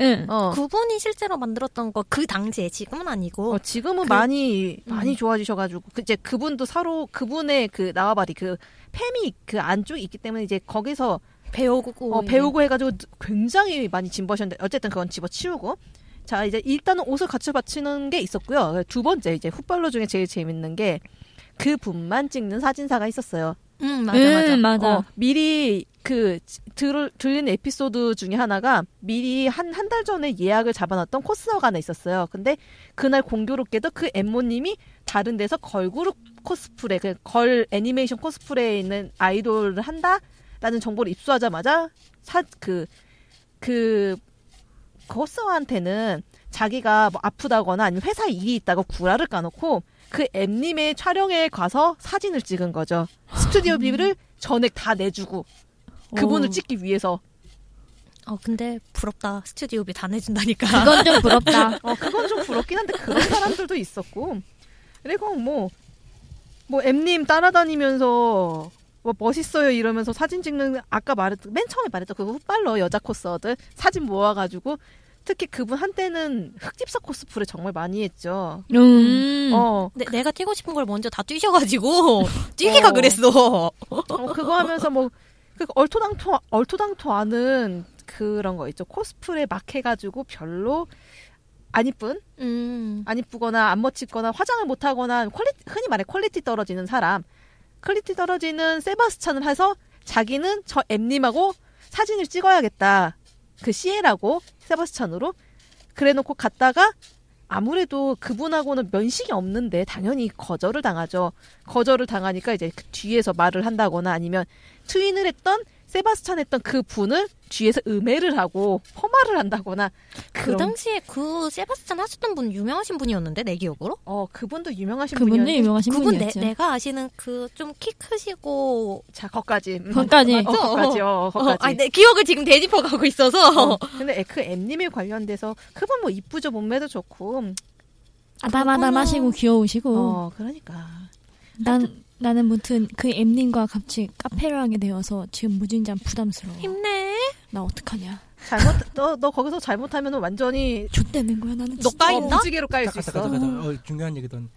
[SPEAKER 8] 응.
[SPEAKER 5] 어.
[SPEAKER 4] 음. 그분이 실제로 만들었던 거 그 당시에 지금은 아니고
[SPEAKER 5] 어, 지금은
[SPEAKER 4] 그-
[SPEAKER 5] 많이 많이
[SPEAKER 4] 음.
[SPEAKER 5] 좋아지셔가지고 그 이제 그분도 서로 그분의 그 나와바리 그 팸이 그 안쪽에 있기 때문에 이제 거기서
[SPEAKER 4] 배우고 예.
[SPEAKER 5] 어, 배우고 해가지고 굉장히 많이 진버셨는데 어쨌든 그건 집어치우고 자 이제 일단은 옷을 같이 바치는 게 있었고요 두 번째 이제 훗발로 중에 제일 재밌는 게 그 분만 찍는 사진사가 있었어요.
[SPEAKER 4] 음
[SPEAKER 8] 음,
[SPEAKER 4] 맞아 맞아.
[SPEAKER 8] 맞아.
[SPEAKER 5] 어, 미리 그 지- 들, 들린 에피소드 중에 하나가 미리 한 한 달 전에 예약을 잡아놨던 코스가 하나 있었어요. 근데 그날 공교롭게도 그 엠모님이 다른 데서 걸그룹 코스프레, 그 걸 애니메이션 코스프레에 있는 아이돌을 한다라는 정보를 입수하자마자 사, 그, 그, 코스한테는 자기가 뭐 아프다거나 아니면 회사에 일이 있다고 구라를 까놓고 그 엠님의 촬영에 가서 사진을 찍은 거죠. 스튜디오 비를 전액 다 내주고 그분을
[SPEAKER 8] 오.
[SPEAKER 5] 찍기 위해서
[SPEAKER 4] 어 근데 부럽다 스튜디오비 다 내준다니까.
[SPEAKER 8] 그건 좀 부럽다.
[SPEAKER 5] 어 그건 좀 부럽긴 한데 그런 사람들도 있었고 그리고 뭐뭐 M님 따라다니면서 뭐 멋있어요 이러면서 사진 찍는 아까 말했던 맨 처음에 말했던 그 훗발러 여자 코스어들 사진 모아가지고 특히 그분 한때는 흑집사 코스프레 정말 많이 했죠.
[SPEAKER 8] 음.
[SPEAKER 5] 어,
[SPEAKER 4] 내, 내가 뛰고 싶은 걸 먼저 다 뛰셔가지고 뛰기가
[SPEAKER 5] 어.
[SPEAKER 4] 그랬어.
[SPEAKER 5] 어, 그거 하면서 뭐, 그 얼토당토, 얼토당토 아는 그런 거 있죠. 코스프레 막 해가지고 별로 안 이쁜?
[SPEAKER 4] 음.
[SPEAKER 5] 안 이쁘거나 안 멋지거나 화장을 못 하거나 퀄리티, 흔히 말해 퀄리티 떨어지는 사람. 퀄리티 떨어지는 세바스찬을 해서 자기는 저 엠님하고 사진을 찍어야겠다. 그 시에라고 세바스찬으로 그래놓고 갔다가 아무래도 그분하고는 면식이 없는데 당연히 거절을 당하죠. 거절을 당하니까 이제 그 뒤에서 말을 한다거나 아니면 트윈을 했던 세바스찬 했던 그 분을 뒤에서 음해를 하고 험화를 한다거나
[SPEAKER 4] 그
[SPEAKER 5] 그런
[SPEAKER 4] 당시에 그 세바스찬 하셨던 분 유명하신 분이었는데 내 기억으로.
[SPEAKER 5] 어 그분도 유명하신
[SPEAKER 8] 그분도
[SPEAKER 5] 분이었는데
[SPEAKER 8] 유명하신
[SPEAKER 4] 그분 내,
[SPEAKER 8] 분이었죠.
[SPEAKER 4] 내가 아시는 그 좀 키 크시고
[SPEAKER 5] 자 거까지 음.
[SPEAKER 8] 거기까지.
[SPEAKER 5] 어, 거까지 어
[SPEAKER 4] 어,
[SPEAKER 5] 거까지
[SPEAKER 4] 아니, 내 기억을 지금 되짚어 가고 있어서
[SPEAKER 5] 어, 근데 그 M님에 관련돼서 그분 뭐 이쁘죠 몸매도 좋고 음,
[SPEAKER 8] 아담아담하시고 귀여우시고.
[SPEAKER 5] 어 그러니까
[SPEAKER 8] 난 나는 무튼 그 엠님과 같이 카페를 하게 되어서 지금 무진장 부담스러워.
[SPEAKER 4] 힘내.
[SPEAKER 8] 나 어떡하냐?
[SPEAKER 5] 잘못 너, 너 거기서 잘못하면 완전히 어,
[SPEAKER 8] 좆되는 거야 나는.
[SPEAKER 4] 너
[SPEAKER 8] 진짜.
[SPEAKER 4] 까인- 있나?
[SPEAKER 5] 무지개로 깔 수
[SPEAKER 3] 잠깐 잠깐
[SPEAKER 5] 있어
[SPEAKER 8] 음.
[SPEAKER 3] 잠깐 어, 중요한 얘기던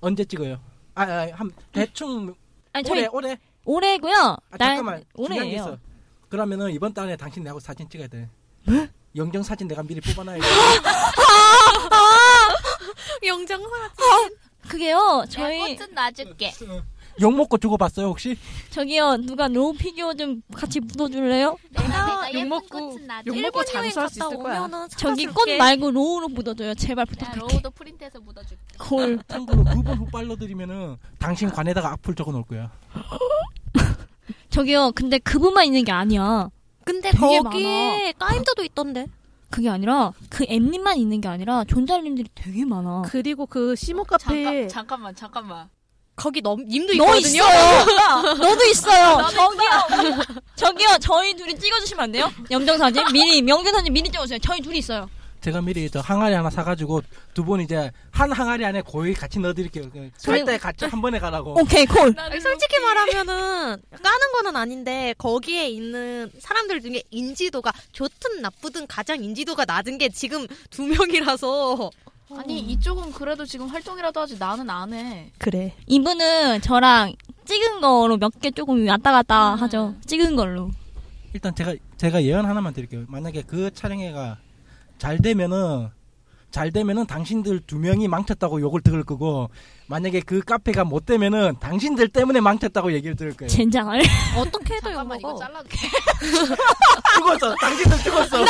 [SPEAKER 3] 언제 찍어요? 아한 대충
[SPEAKER 8] 음. 아니 저희
[SPEAKER 3] 올해 올해
[SPEAKER 8] 올해고요.
[SPEAKER 3] 아,
[SPEAKER 8] 난
[SPEAKER 3] 잠깐만 중요한 게 있어
[SPEAKER 8] 올해예요.
[SPEAKER 3] 그러면은 이번 달에 당신 내하고 사진 찍어야 돼 영정 사진 내가 미리 뽑아놔야 돼
[SPEAKER 4] 영장
[SPEAKER 8] 그게요.
[SPEAKER 2] 내
[SPEAKER 8] 저희
[SPEAKER 2] 꽃은 놔줄게.
[SPEAKER 3] 욕먹고 죽어봤어요 혹시?
[SPEAKER 8] 저기요 누가 로우 피규어 좀 같이 묻어줄래요?
[SPEAKER 2] 내가, 내가
[SPEAKER 5] 욕
[SPEAKER 2] 예쁜
[SPEAKER 5] 먹고
[SPEAKER 2] 꽃은 놔줄게.
[SPEAKER 5] 욕 먹고
[SPEAKER 4] 아, 일본 여행
[SPEAKER 5] 장수할 수
[SPEAKER 4] 갔다
[SPEAKER 5] 있을 거야
[SPEAKER 4] 오면은
[SPEAKER 8] 저기 꽃
[SPEAKER 4] 사줄게.
[SPEAKER 8] 말고 로우로 묻어줘요. 제발
[SPEAKER 2] 야,
[SPEAKER 8] 부탁할게.
[SPEAKER 2] 로우도 프린트해서 묻어줄게.
[SPEAKER 8] 골.
[SPEAKER 3] 참고로 그분 훅발러드리면은 당신 관에다가 악플 적어놓을 거야
[SPEAKER 8] 저기요. 근데 그분만 있는 게 아니야.
[SPEAKER 4] 근데
[SPEAKER 8] 되게
[SPEAKER 4] 거기에 까임자도 있던데.
[SPEAKER 8] 그게 아니라 그 엠님만 있는 게 아니라 존잘님들이 되게 많아.
[SPEAKER 4] 어, 네.
[SPEAKER 5] 그리고 그 시모
[SPEAKER 2] 잠깐,
[SPEAKER 5] 카페에
[SPEAKER 2] 잠깐만, 잠깐만.
[SPEAKER 4] 거기 넘 님도
[SPEAKER 8] 너
[SPEAKER 4] 있거든요.
[SPEAKER 8] 있어요. 너도 있어요. 저기요. 저기요. 저희 둘이 찍어주시면 안 돼요? 염정사진 미리 명정사진 미리 찍어주세요. 저희 둘이 있어요.
[SPEAKER 3] 제가 미리 저 항아리 하나 사가지고 두 분 이제 한 항아리 안에 고이 같이 넣어드릴게요.
[SPEAKER 8] 저희-
[SPEAKER 3] 갈때 같이 한 번에 가라고.
[SPEAKER 8] 오케이 콜.
[SPEAKER 4] 어, 아니, 솔직히 말하면은 까는 거는 아닌데 거기에 있는 사람들 중에 인지도가 좋든 나쁘든 가장 인지도가 낮은 게 지금 두 명이라서
[SPEAKER 6] 어. 아니 이쪽은 그래도 지금 활동이라도 하지 나는 안 해.
[SPEAKER 4] 그래.
[SPEAKER 8] 이분은 저랑 찍은 거로 몇 개 조금 왔다 갔다
[SPEAKER 6] 음.
[SPEAKER 8] 하죠. 찍은 걸로.
[SPEAKER 3] 일단 제가 제가 예언 하나만 드릴게요. 만약에 그 촬영회가 잘 되면은 잘 되면은 당신들 두 명이 망쳤다고 욕을 들을 거고 만약에 그 카페가 못 되면은 당신들 때문에 망쳤다고 얘기를 들을 거예요.
[SPEAKER 8] 젠장을.
[SPEAKER 4] 어떻게 해도
[SPEAKER 6] 잠깐만 이거
[SPEAKER 4] 욕먹어.
[SPEAKER 6] 잘라.
[SPEAKER 3] 죽었어. 당신들 죽었어.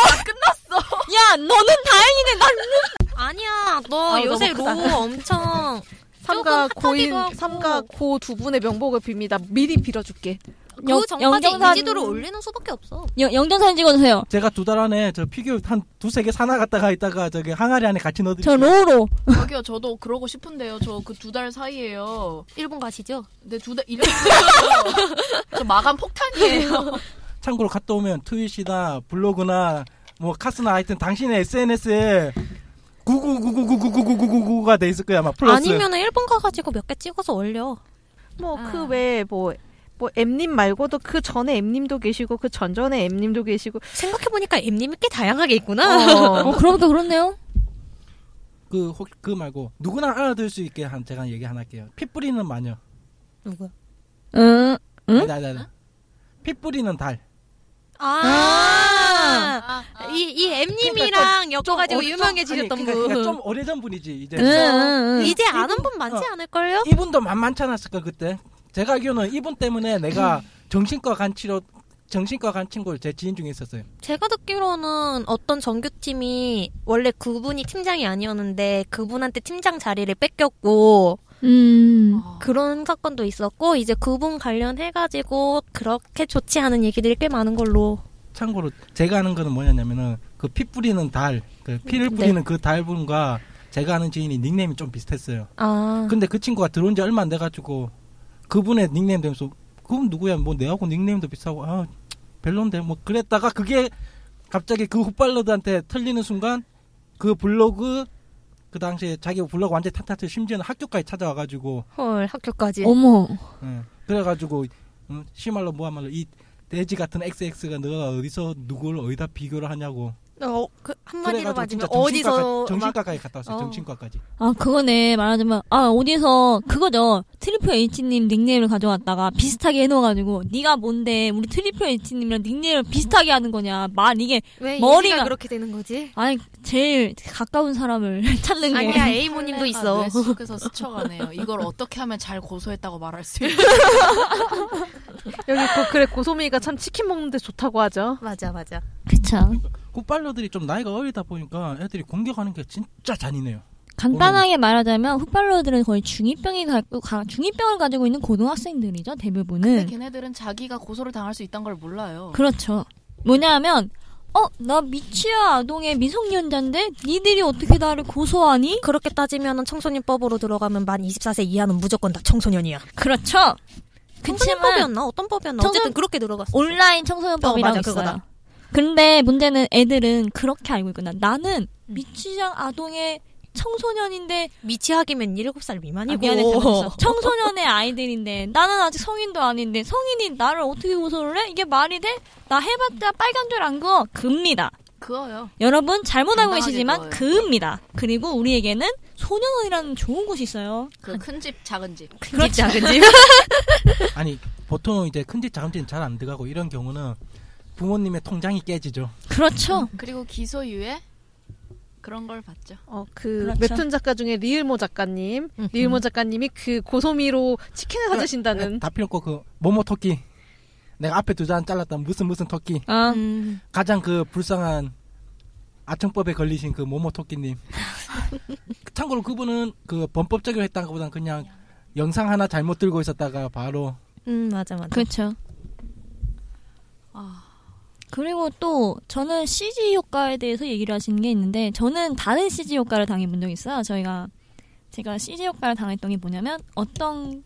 [SPEAKER 8] 야 너는 다행이네. 난
[SPEAKER 4] 아니야. 너
[SPEAKER 5] 아,
[SPEAKER 4] 요새
[SPEAKER 5] 너무
[SPEAKER 4] 로
[SPEAKER 5] 크다.
[SPEAKER 4] 엄청
[SPEAKER 5] 삼가
[SPEAKER 4] 조금
[SPEAKER 5] 고인
[SPEAKER 4] 핫하기도 하고.
[SPEAKER 5] 삼가 고 두 분의 명복을 빕니다. 미리 빌어줄게.
[SPEAKER 8] 영-
[SPEAKER 4] 그 전까지
[SPEAKER 8] 영정사진-
[SPEAKER 4] 인지도를 올리는 수밖에 없어.
[SPEAKER 8] 영- 영정사진 찍어주세요.
[SPEAKER 3] 제가 두 달 안에 저 피규어 한 두세 개 사나 갔다가 있다가 저기 항아리 안에 같이 넣어드릴게요.
[SPEAKER 8] 저 로로.
[SPEAKER 6] 저기요 저도 그러고 싶은데요. 저 그 두 달 사이에요.
[SPEAKER 4] 일본 가시죠?
[SPEAKER 6] 근데 두달 이래. 저 마감 폭탄이에요.
[SPEAKER 3] 참고로 갔다 오면 트윗이나 블로그나 뭐 카스나 하여튼 당신의 SNS에 9999999999가 돼 있을 거야 아마 플러스.
[SPEAKER 4] 아니면 일본 가가지고 몇 개 찍어서 올려.
[SPEAKER 5] 뭐
[SPEAKER 6] 아.
[SPEAKER 5] 그 외에 뭐. 뭐 M님 말고도 그 전에 M님도 계시고 그 전전에 M님도 계시고
[SPEAKER 4] 생각해보니까 M님이 꽤 다양하게 있구나.
[SPEAKER 5] 어,
[SPEAKER 8] 어 그러니까 그렇네요.
[SPEAKER 3] 그, 혹, 그 말고 누구나 알아들 수 있게 한 제가 얘기 하나 할게요. 피 뿌리는 마녀.
[SPEAKER 4] 누구야?
[SPEAKER 8] 응. 응?
[SPEAKER 3] 아니, 아니, 아니. 피 뿌리는 달.
[SPEAKER 4] 아,
[SPEAKER 6] 아, 아.
[SPEAKER 4] 이, 이 M님이랑
[SPEAKER 3] 그러니까
[SPEAKER 4] 엮어가지고
[SPEAKER 3] 아니,
[SPEAKER 4] 유명해지셨던
[SPEAKER 3] 그러니까, 그러니까 좀
[SPEAKER 4] 분.
[SPEAKER 3] 오래전 분이지 이제.
[SPEAKER 8] 응, 응, 응.
[SPEAKER 4] 이제 아는 분 많지
[SPEAKER 3] 어.
[SPEAKER 4] 않을걸요?
[SPEAKER 3] 이분도 만만치 않았을 걸 그때. 제가 알기로는 이분 때문에 내가 정신과 간 치료 정신과 간 친구 제 지인 중에 있었어요.
[SPEAKER 4] 제가 듣기로는 어떤 정규팀이 원래 그분이 팀장이 아니었는데 그분한테 팀장 자리를 뺏겼고 아.
[SPEAKER 8] 음.
[SPEAKER 4] 그런 사건도 있었고 이제 그분 관련해가지고 그렇게 좋지 않은 얘기들이 꽤 많은 걸로
[SPEAKER 3] 참고로 제가 아는 거는 뭐냐면은 그 피 뿌리는 달, 그 피를
[SPEAKER 4] 네.
[SPEAKER 3] 뿌리는 그 달분과 제가 아는 지인이 닉네임이 좀 비슷했어요.
[SPEAKER 4] 아
[SPEAKER 3] 근데 그 친구가 들어온 지 얼마 안 돼가지고 그분의 닉네임 되면서 그분 누구야 뭐 내하고 닉네임도 비슷하고 아 별론데 뭐 그랬다가 그게 갑자기 그 훅발러드한테 틀리는 순간 그 블로그 그 당시에 자기 블로그 완전 히탄탄해 심지어는 학교까지 찾아와가지고
[SPEAKER 4] 헐 학교까지
[SPEAKER 8] 어머.
[SPEAKER 3] 예. 그래가지고 음, 시말로 뭐야말로 이 돼지 같은 XX가 너가 어디서 누구를 어디다 비교를 하냐고
[SPEAKER 4] 어, 그 한마디로
[SPEAKER 3] 그래가지고 진짜
[SPEAKER 4] 맞으면
[SPEAKER 3] 정신과까지,
[SPEAKER 4] 어디서 막
[SPEAKER 3] 정신과까지 갔다 왔어요
[SPEAKER 4] 어.
[SPEAKER 3] 정신과까지
[SPEAKER 8] 아 그거네 말하자면 아 어디서 그거죠 트리플 H님 닉네임을 가져왔다가 비슷하게 해놓아가지고 네가 뭔데 우리 트리플 H님이랑 닉네임을 비슷하게 하는 거냐 말 이게
[SPEAKER 4] 왜
[SPEAKER 8] 머리가-
[SPEAKER 4] 머리가 그렇게 되는 거지?
[SPEAKER 8] 아니 제일 가까운 사람을 찾는 게
[SPEAKER 4] 아니야 A모님도 있어.
[SPEAKER 6] 네, 계속해서 스쳐가네요. 이걸 어떻게 하면 잘 고소했다고 말할 수 있는.
[SPEAKER 5] 여기 고, 그래 고소미가 참 치킨 먹는데 좋다고 하죠.
[SPEAKER 4] 맞아 맞아.
[SPEAKER 8] 그쵸
[SPEAKER 3] 굿발러들이 좀 나이가 어리다 보니까 애들이 공격하는 게 진짜 잔인해요
[SPEAKER 8] 간단하게 말하자면 흑발로들은 거의 중이병이 갖고 가- 중이병을 가지고 있는 고등학생들이죠
[SPEAKER 6] 근데
[SPEAKER 8] 대부분은
[SPEAKER 6] 걔네들은 자기가 고소를 당할 수 있다는 걸 몰라요.
[SPEAKER 8] 그렇죠 뭐냐면 어 나 미취아 아동의 미성년자인데 니들이 어떻게 나를 고소하니
[SPEAKER 4] 그렇게 따지면 청소년법으로 들어가면 만 24세 이하는 무조건 다 청소년이야.
[SPEAKER 8] 그렇죠 그치만
[SPEAKER 4] 청소년법이었나 어떤 법이었나
[SPEAKER 8] 청소-
[SPEAKER 4] 어쨌든 그렇게 들어갔어.
[SPEAKER 8] 온라인 청소년법이라고
[SPEAKER 4] 어, 맞아,
[SPEAKER 8] 있어요.
[SPEAKER 4] 그거다.
[SPEAKER 8] 근데 문제는 애들은 그렇게 알고 있구나.
[SPEAKER 4] 음.
[SPEAKER 8] 나는 미취장 아동의 청소년인데
[SPEAKER 4] 미취학이면 7살
[SPEAKER 8] 아,
[SPEAKER 4] 미만이고.
[SPEAKER 8] 미안해 잘못했어. 청소년의 아이들인데 나는 아직 성인도 아닌데 성인이 나를 어떻게 고소를 해? 이게 말이 돼? 나 해봤자 빨간 줄 안 그어 급니다.
[SPEAKER 6] 그거요.
[SPEAKER 8] 여러분 잘못 알고
[SPEAKER 6] 당당하게
[SPEAKER 8] 계시지만
[SPEAKER 6] 그어요.
[SPEAKER 8] 그입니다. 그리고 우리에게는 소년원이라는 좋은 곳이 있어요.
[SPEAKER 6] 그 큰 집 작은 집.
[SPEAKER 4] 그렇지 작은 집.
[SPEAKER 3] 아니 보통 이제 큰 집 작은 집은 잘 안 들어가고 이런 경우는 부모님의 통장이 깨지죠
[SPEAKER 8] 그렇죠.
[SPEAKER 6] 그리고 기소유예 그런 걸 봤죠.
[SPEAKER 5] 어, 그
[SPEAKER 8] 그렇죠.
[SPEAKER 5] 웹툰 작가 중에 리을모 작가님, 리을모 작가님이 그 고소미로 치킨을
[SPEAKER 8] 그
[SPEAKER 5] 사주신다는
[SPEAKER 3] 다 필요 없고 그 뭐뭐 토끼 내가 앞에 두 잔 잘랐다 무슨 무슨 토끼
[SPEAKER 8] 아,
[SPEAKER 4] 음.
[SPEAKER 3] 가장 그 불쌍한 아청법에 걸리신 그 모모 토끼님. 참고로 그분은 그 범법적으로 했다는 것보단 그냥 영상 하나 잘못 들고 있었다가 바로
[SPEAKER 4] 음, 맞아 맞아.
[SPEAKER 8] 그렇죠.
[SPEAKER 6] 아.
[SPEAKER 8] 그리고 또 저는 CG 효과에 대해서 얘기를 하시는 게 있는데 저는 다른 CG 효과를 당해본 적이 있어요. 저희가 제가 CG 효과를 당했던 게 뭐냐면 어떤